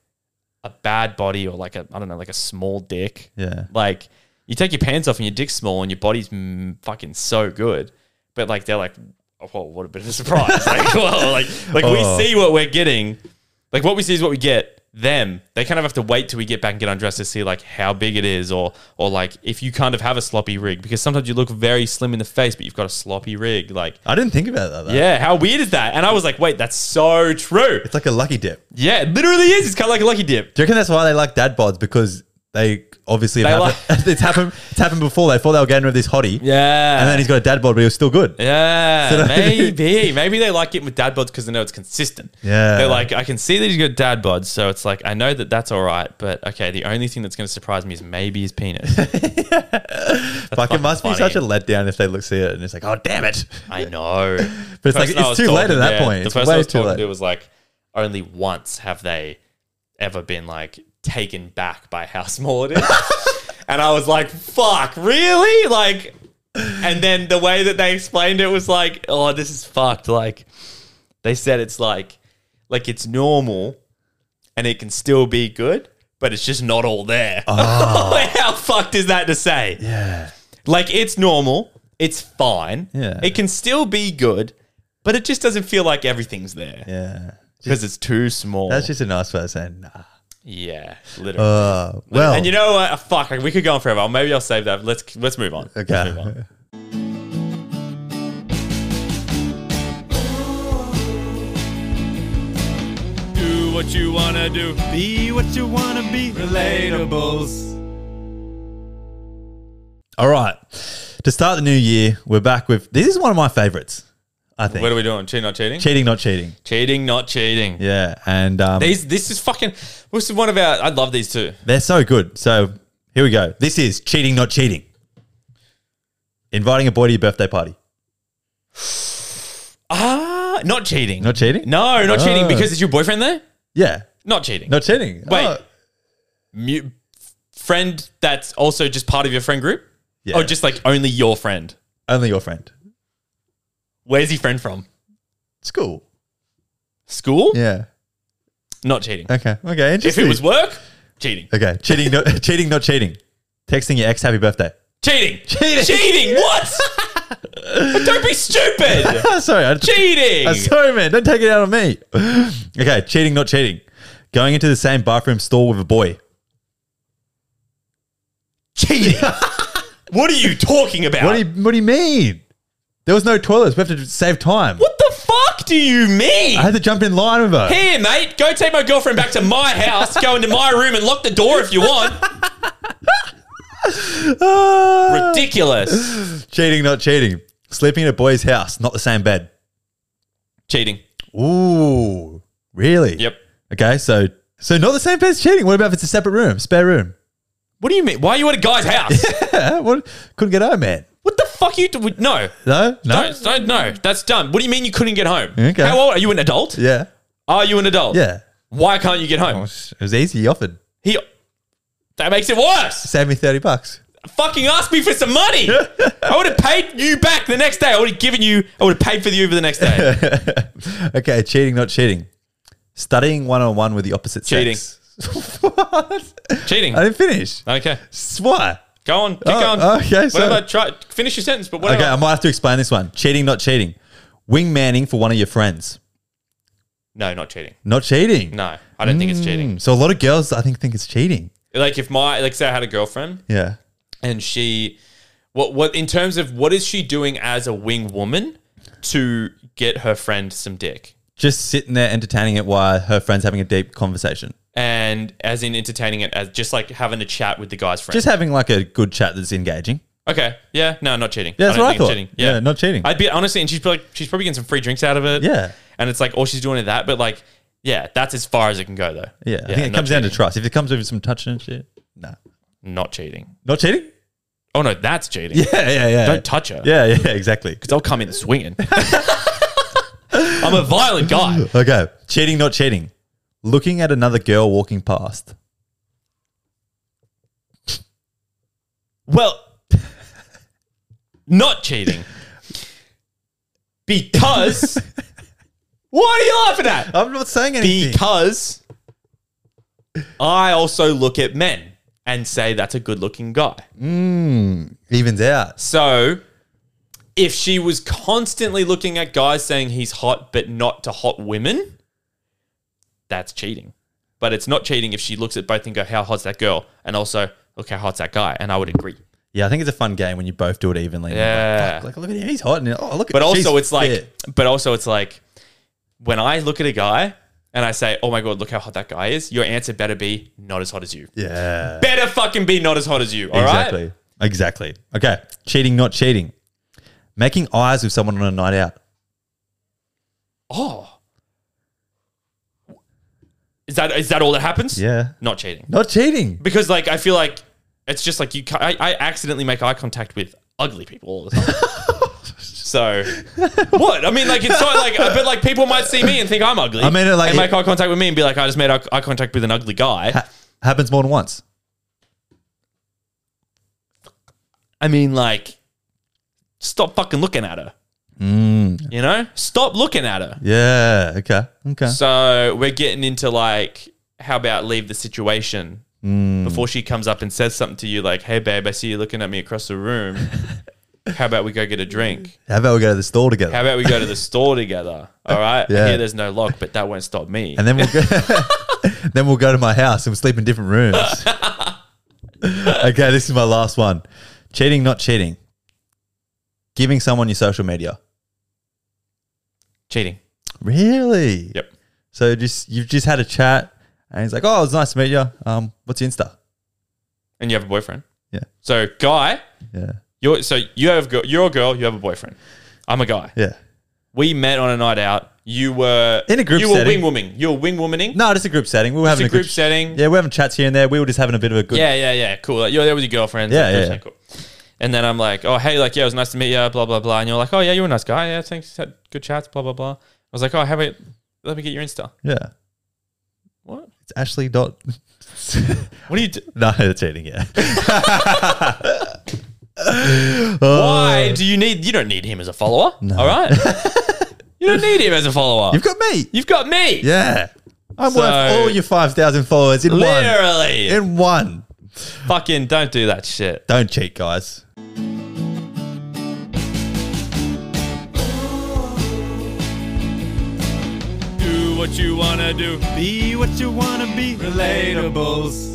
S1: a bad body or like a I don't know, like a small dick.
S2: Yeah.
S1: Like you take your pants off and your dick's small and your body's mm, fucking so good, but like they're like, oh, whoa, what a bit of a surprise! like, whoa, like, like
S2: Oh.
S1: we see what we're getting. Like what we see is what we get. Them, they kind of have to wait till we get back and get undressed to see like how big it is, or or like if you kind of have a sloppy rig because sometimes you look very slim in the face, but you've got a sloppy rig. Like
S2: I didn't think about that. Though.
S1: yeah, how weird is that? And I was like, wait, that's so true.
S2: It's like a lucky dip. Do
S1: Yeah, it literally is. It's kind of like a lucky dip.
S2: you reckon that's why they like dad bods? Because they obviously it
S1: They
S2: happened, it's happened. It's happened before. They thought they were getting rid of this hottie,
S1: Yeah.
S2: and then he's got a dad bod, but he was still good.
S1: yeah,
S2: they-
S1: maybe. Maybe they like it with dad bods because they know it's consistent.
S2: Yeah.
S1: They're like, I can see that he's got dad bods. So it's like, I know that that's all right. But okay, the only thing that's going to surprise me is maybe his penis.
S2: Fuck, it must be
S1: funny.
S2: such a letdown if they look see it and it's like, oh damn it.
S1: I know.
S2: But it's like
S1: Person I
S2: it's
S1: was
S2: too late
S1: talking
S2: at that
S1: to-
S2: point.
S1: The
S2: It's
S1: person I
S2: way
S1: was
S2: too
S1: talking
S2: late.
S1: to was like, only once have they ever been like taken back by how small it is. and I was like, fuck, really? Like, and then the way that they explained it was like, oh, this is fucked. Like, they said it's like, like it's normal and it can still be good, but it's just not all there.
S2: Ah.
S1: how fucked is that to say?
S2: yeah.
S1: Like it's normal. It's fine.
S2: Yeah.
S1: It can still be good, but it just doesn't feel like everything's there
S2: Yeah.
S1: because it's too small.
S2: That's just a nice way of saying nah.
S1: yeah, literally.
S2: Uh, well,
S1: and you know what? Ah, Fuck, like, we could go on forever. Maybe I'll save that. Let's let's move on. Let's move on.
S2: okay.
S5: Do what you wanna do. Be what you wanna be. Relatables.
S2: All right. To start the new year, we're back with this is one of my favorites. I think
S1: What are we doing? Cheating, not cheating?
S2: cheating, not cheating.
S1: cheating, not cheating.
S2: Yeah, and um,
S1: These this is fucking. This is one of our. I love these two.
S2: they're so good. So here we go. This is cheating, not cheating. Inviting a boy to your birthday party,
S1: Ah, not cheating.
S2: not cheating.
S1: no, not
S2: Oh.
S1: cheating because it's your boyfriend there.
S2: Yeah,
S1: Not cheating.
S2: not cheating.
S1: Wait.
S2: Oh,
S1: Mu- friend that's also just part of your friend group.
S2: Yeah.
S1: Or Oh, just like only your friend.
S2: only your friend.
S1: Where's he friend from?
S2: School.
S1: School?
S2: Yeah.
S1: Not cheating.
S2: Okay. Okay.
S1: If
S2: Interesting.
S1: it was work, cheating.
S2: okay. Cheating. Not, cheating. Not cheating. Texting your ex happy birthday.
S1: Cheating.
S2: Cheating.
S1: Cheating. What? Don't be stupid.
S2: sorry. I,
S1: Cheating.
S2: I'm sorry, man. Don't take it out on me. okay. Cheating. Not cheating. Going into the same bathroom stall with a boy.
S1: Cheating. what are you talking about?
S2: What do you What do you mean? There was no toilets. We have to save time.
S1: What the fuck do you mean?
S2: I had to jump in line with her.
S1: Here, mate, go take my girlfriend back to my house, go into my room and lock the door if you want.
S2: Ah.
S1: Ridiculous.
S2: cheating. Not cheating. Sleeping in a boy's house. Not the same bed.
S1: Cheating.
S2: Ooh. Really?
S1: Yep.
S2: Okay. So. So not the same bed as cheating. What about if it's a separate room, spare room?
S1: What do you mean? Why are you at a guy's house?
S2: Yeah, what? Couldn't get home, man.
S1: what the fuck you do? No.
S2: No, no.
S1: Don't, don't, no, that's dumb. What do you mean you couldn't get home?
S2: Okay.
S1: How old are you? An adult?
S2: Yeah,
S1: Are you an adult?
S2: yeah.
S1: Why can't you get home?
S2: It was easy. He offered
S1: He. That makes it worse.
S2: save me thirty bucks.
S1: Fucking ask me for some money. I would have paid you back the next day. I would have given you. I would have paid for the Uber the next day.
S2: Okay, cheating, not cheating. Studying one on one with the opposite
S1: Cheating.
S2: sex. what?
S1: Cheating.
S2: I didn't finish.
S1: Okay.
S2: S- Why?
S1: Go on. Keep
S2: Oh,
S1: going.
S2: okay, so-
S1: Whatever. Try. Finish your sentence. But whatever.
S2: Okay, I might have to explain this one. Cheating, not cheating. Wingmanning for one of your friends.
S1: no, not cheating.
S2: Not cheating.
S1: No, I don't think it's cheating.
S2: Mm, So a lot of girls, I think, think it's cheating.
S1: Like if my like say I had a girlfriend
S2: Yeah.
S1: and she what what in terms of what is she doing as a wing woman to get her friend some dick
S2: Just sitting there entertaining it while her friend's having a deep conversation.
S1: and as in entertaining it as just like having a chat with the guy's friend
S2: Just having like a good chat that's engaging.
S1: okay yeah no not cheating
S2: Yeah, that's
S1: don't
S2: what I
S1: think it's
S2: thought.
S1: cheating.
S2: Yeah, not cheating.
S1: I'd be honestly and she's probably like she's probably getting some free drinks out of it
S2: Yeah.
S1: and it's like all she's doing is that but like Yeah, that's as far as it can go though.
S2: Yeah, I think it
S1: not
S2: comes down to trust. If it comes over some touching and shit, nah.
S1: Not cheating.
S2: Not cheating?
S1: Oh no, that's cheating.
S2: Yeah, yeah, yeah.
S1: Don't touch her.
S2: yeah, yeah, exactly.
S1: Because I'll come in swinging. I'm a violent guy.
S2: Okay, cheating, not cheating. Looking at another girl walking past.
S1: Well, not cheating. Because. what are you laughing at?
S2: I'm not saying anything.
S1: Because I also look at men and say that's a good looking guy.
S2: Evens out.
S1: So if she was constantly looking at guys saying he's hot, but not to hot women, that's cheating. But it's not cheating if she looks at both and go, How hot's that girl? And also, Look how hot's that guy. And I would agree.
S2: Yeah, I think it's a fun game when you both do it evenly.
S1: Yeah.
S2: Like, look at him, he's hot. And, oh, look at
S1: But also,
S2: she's
S1: it's like,
S2: fit.
S1: but also, it's like, when I look at a guy and I say, "Oh my god, look how hot that guy is," your answer better be not as hot as you.
S2: Yeah.
S1: Better fucking be not as hot as you. All right.
S2: exactly. Exactly. Okay. Cheating, not cheating. Making eyes with someone on a night out.
S1: Oh, is that is that all that happens?
S2: Yeah.
S1: Not cheating
S2: Not cheating.
S1: because, like, I feel like it's just like you. ca- I, I accidentally make eye contact with ugly people all the time. So, what? I mean, like, it's not like, but like, people might see me and think I'm ugly.
S2: I mean, it, like,
S1: and make
S2: it-
S1: eye contact with me and be like, I just made eye eye contact with an ugly guy.
S2: Ha- happens more than once.
S1: I mean, like, stop fucking looking at her.
S2: Mm.
S1: You know, stop looking at her.
S2: Yeah. Okay. Okay.
S1: So we're getting into like, how about leave the situation
S2: Mm.
S1: before she comes up and says something to you, like, "Hey, babe, I see you looking at me across the room. how about we go get a drink?
S2: How about we go to the store together?
S1: How about we go to the store together? All right.
S2: Yeah.
S1: I hear there's no lock, but that won't stop me.
S2: and then we'll go, then we'll go to my house and we'll sleep in different rooms. okay, this is my last one. Cheating, not cheating. Giving someone your social media.
S1: Cheating.
S2: Really?
S1: Yep.
S2: So just you've just had a chat, and he's like, "Oh, it's nice to meet you. Um, what's your Insta?"
S1: And you have a boyfriend.
S2: Yeah.
S1: So guy,
S2: Yeah,
S1: you're so you have a girl, you're a girl, you have a boyfriend. I'm a guy.
S2: yeah.
S1: we met on a night out. You were
S2: In a group
S1: You were
S2: setting.
S1: wing womaning. You were wing womaning.
S2: No, just a group setting. We were
S1: it's
S2: having
S1: a
S2: a, good
S1: group setting.
S2: Yeah, we're having chats here and there. We were just having a bit of a good.
S1: yeah, yeah, yeah. Cool. Like, you're there with your girlfriend.
S2: Yeah,
S1: Group
S2: yeah.
S1: setting, Cool. And then I'm like, oh hey, like yeah, it was nice to meet you. Blah blah blah. And you're like, oh yeah, you were a nice guy. Yeah, thanks. Had good chats. Blah blah blah. I was like, oh, how about let me get your Insta.
S2: yeah.
S1: What?
S2: It's Ashley dot.
S1: What do you do?
S2: no, that's cheating. Yeah. Uh,
S1: Why do you need? You don't need him as a follower. All right. you don't need him as a follower.
S2: You've got me.
S1: You've got me.
S2: Yeah. I'm
S1: So-
S2: worth all your 5,000 followers in one.
S1: Literally.
S2: In one.
S1: Fucking don't do that shit.
S2: Don't cheat, guys.
S6: Do what you wanna do. Be what you wanna be. Relatables.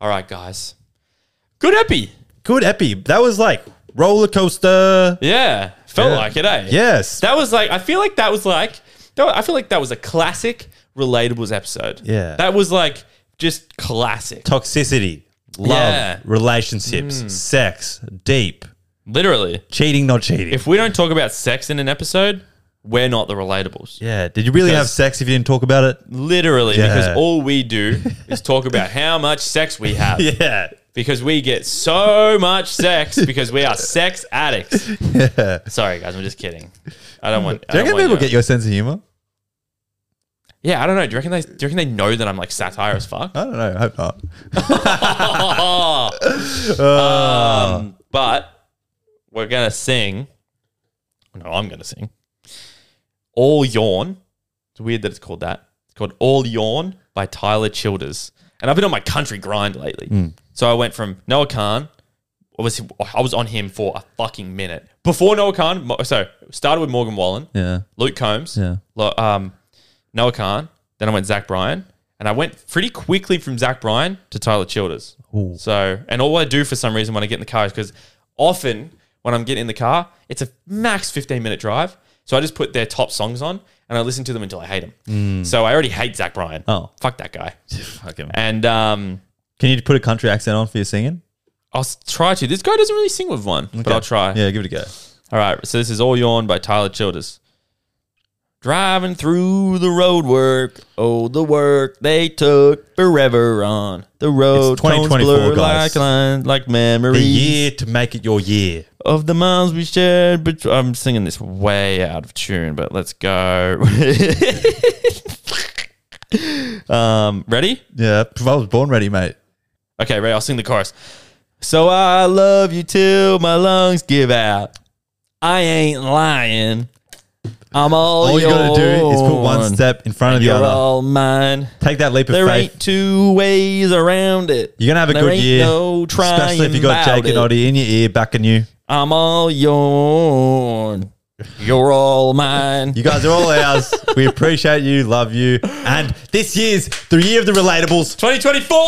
S1: All right, guys. Good epi.
S2: Good epi. That was like roller coaster.
S1: Yeah, felt
S2: Yeah.
S1: like it, eh?
S2: Yes.
S1: That was like I feel like that was like that- I feel like that was a classic relatables episode.
S2: Yeah.
S1: That was like just classic.
S2: Toxicity, love,
S1: Yeah. Hmm.
S2: relationships, sex, deep,
S1: Literally.
S2: cheating, not cheating.
S1: If we don't talk about sex in an episode, we're not the relatables.
S2: yeah. Did you really have
S1: Because-
S2: sex if you didn't talk about it?
S1: Literally,
S2: Yeah.
S1: because all we do is talk about how much sex we have.
S2: Yeah.
S1: Because we get so much sex because we are sex addicts. Sorry guys, I'm just kidding. I don't want. I
S2: Do
S1: don't
S2: you reckon
S1: want
S2: people get your sense of humor?
S1: Yeah, I don't know. Do you reckon they? Do you reckon they know that I'm like satire as fuck?
S2: I don't know. I hope not.
S1: Um, but we're gonna sing. No, I'm gonna sing. All yawn. It's weird that it's called that. It's called All Yawn by Tyler Childers. And I've been on my country grind lately. So I went from Noah Khan. I was I was on him for a fucking minute before Noah Khan. Mo- So started with Morgan Wallen,
S2: Yeah.
S1: Luke Combs,
S2: Yeah.
S1: Lo- um, Noah Khan. Then I went Zach Bryan, and I went pretty quickly from Zach Bryan to Tyler Childers. So, and all I do for some reason when I get in the car is because often when I'm getting in the car, it's a max 15 minute drive. So I just put their top songs on and I listen to them until I hate them. So I already hate Zach Bryan.
S2: Mm. Oh.
S1: fuck that guy.
S2: Fucking.
S1: And um,
S2: Can you put a country accent on for your singing?
S1: I'll s- try to. This guy doesn't really sing with one, but I'll try.
S2: Yeah, give it a go.
S1: All right. So this is All Yawn by Tyler Childers. Driving through the road work. Oh, the work they took forever on the road.
S2: It's 2024,
S1: tones blur Like,
S2: guys.
S1: lines, like memories
S2: The year to make it your year.
S1: of the miles we shared. But I'm singing this way out of tune, but let's go. um, ready?
S2: Yeah, I was born ready, mate.
S1: Okay, ready. I'll sing the chorus. So I love you till my lungs give out. I ain't lying. I'm all,
S2: All you gotta do is put one
S1: yours.
S2: step in front of the
S1: You're
S2: other.
S1: all mine.
S2: Take that leap of
S1: There
S2: faith.
S1: ain't two ways around it.
S2: You're gonna have a
S1: there
S2: good
S1: ain't
S2: year,
S1: No trying
S2: especially if you got
S1: about
S2: Jake and
S1: it.
S2: Oddie in your ear backing you.
S1: I'm all yourn. You're all mine.
S2: You guys are all ours. We appreciate you, love you, and this year's the year of the relatables.
S1: 2024.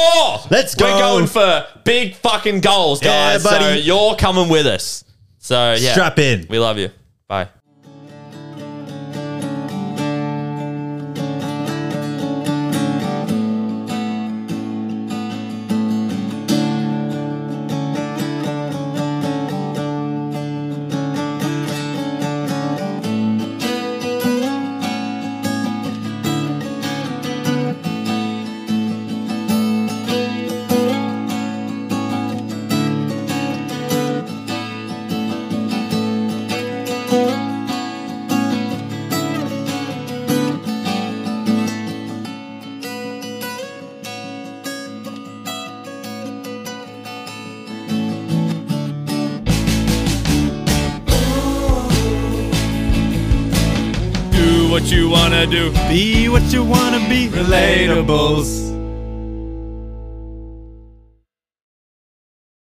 S2: Let's go.
S1: We're going for big fucking goals,
S2: Yeah,
S1: guys. So
S2: buddy.
S1: you're coming with us. So yeah,
S2: Strap in.
S1: we love you. Bye.
S5: Do what you wanna do. Be what you wanna be. Relatables.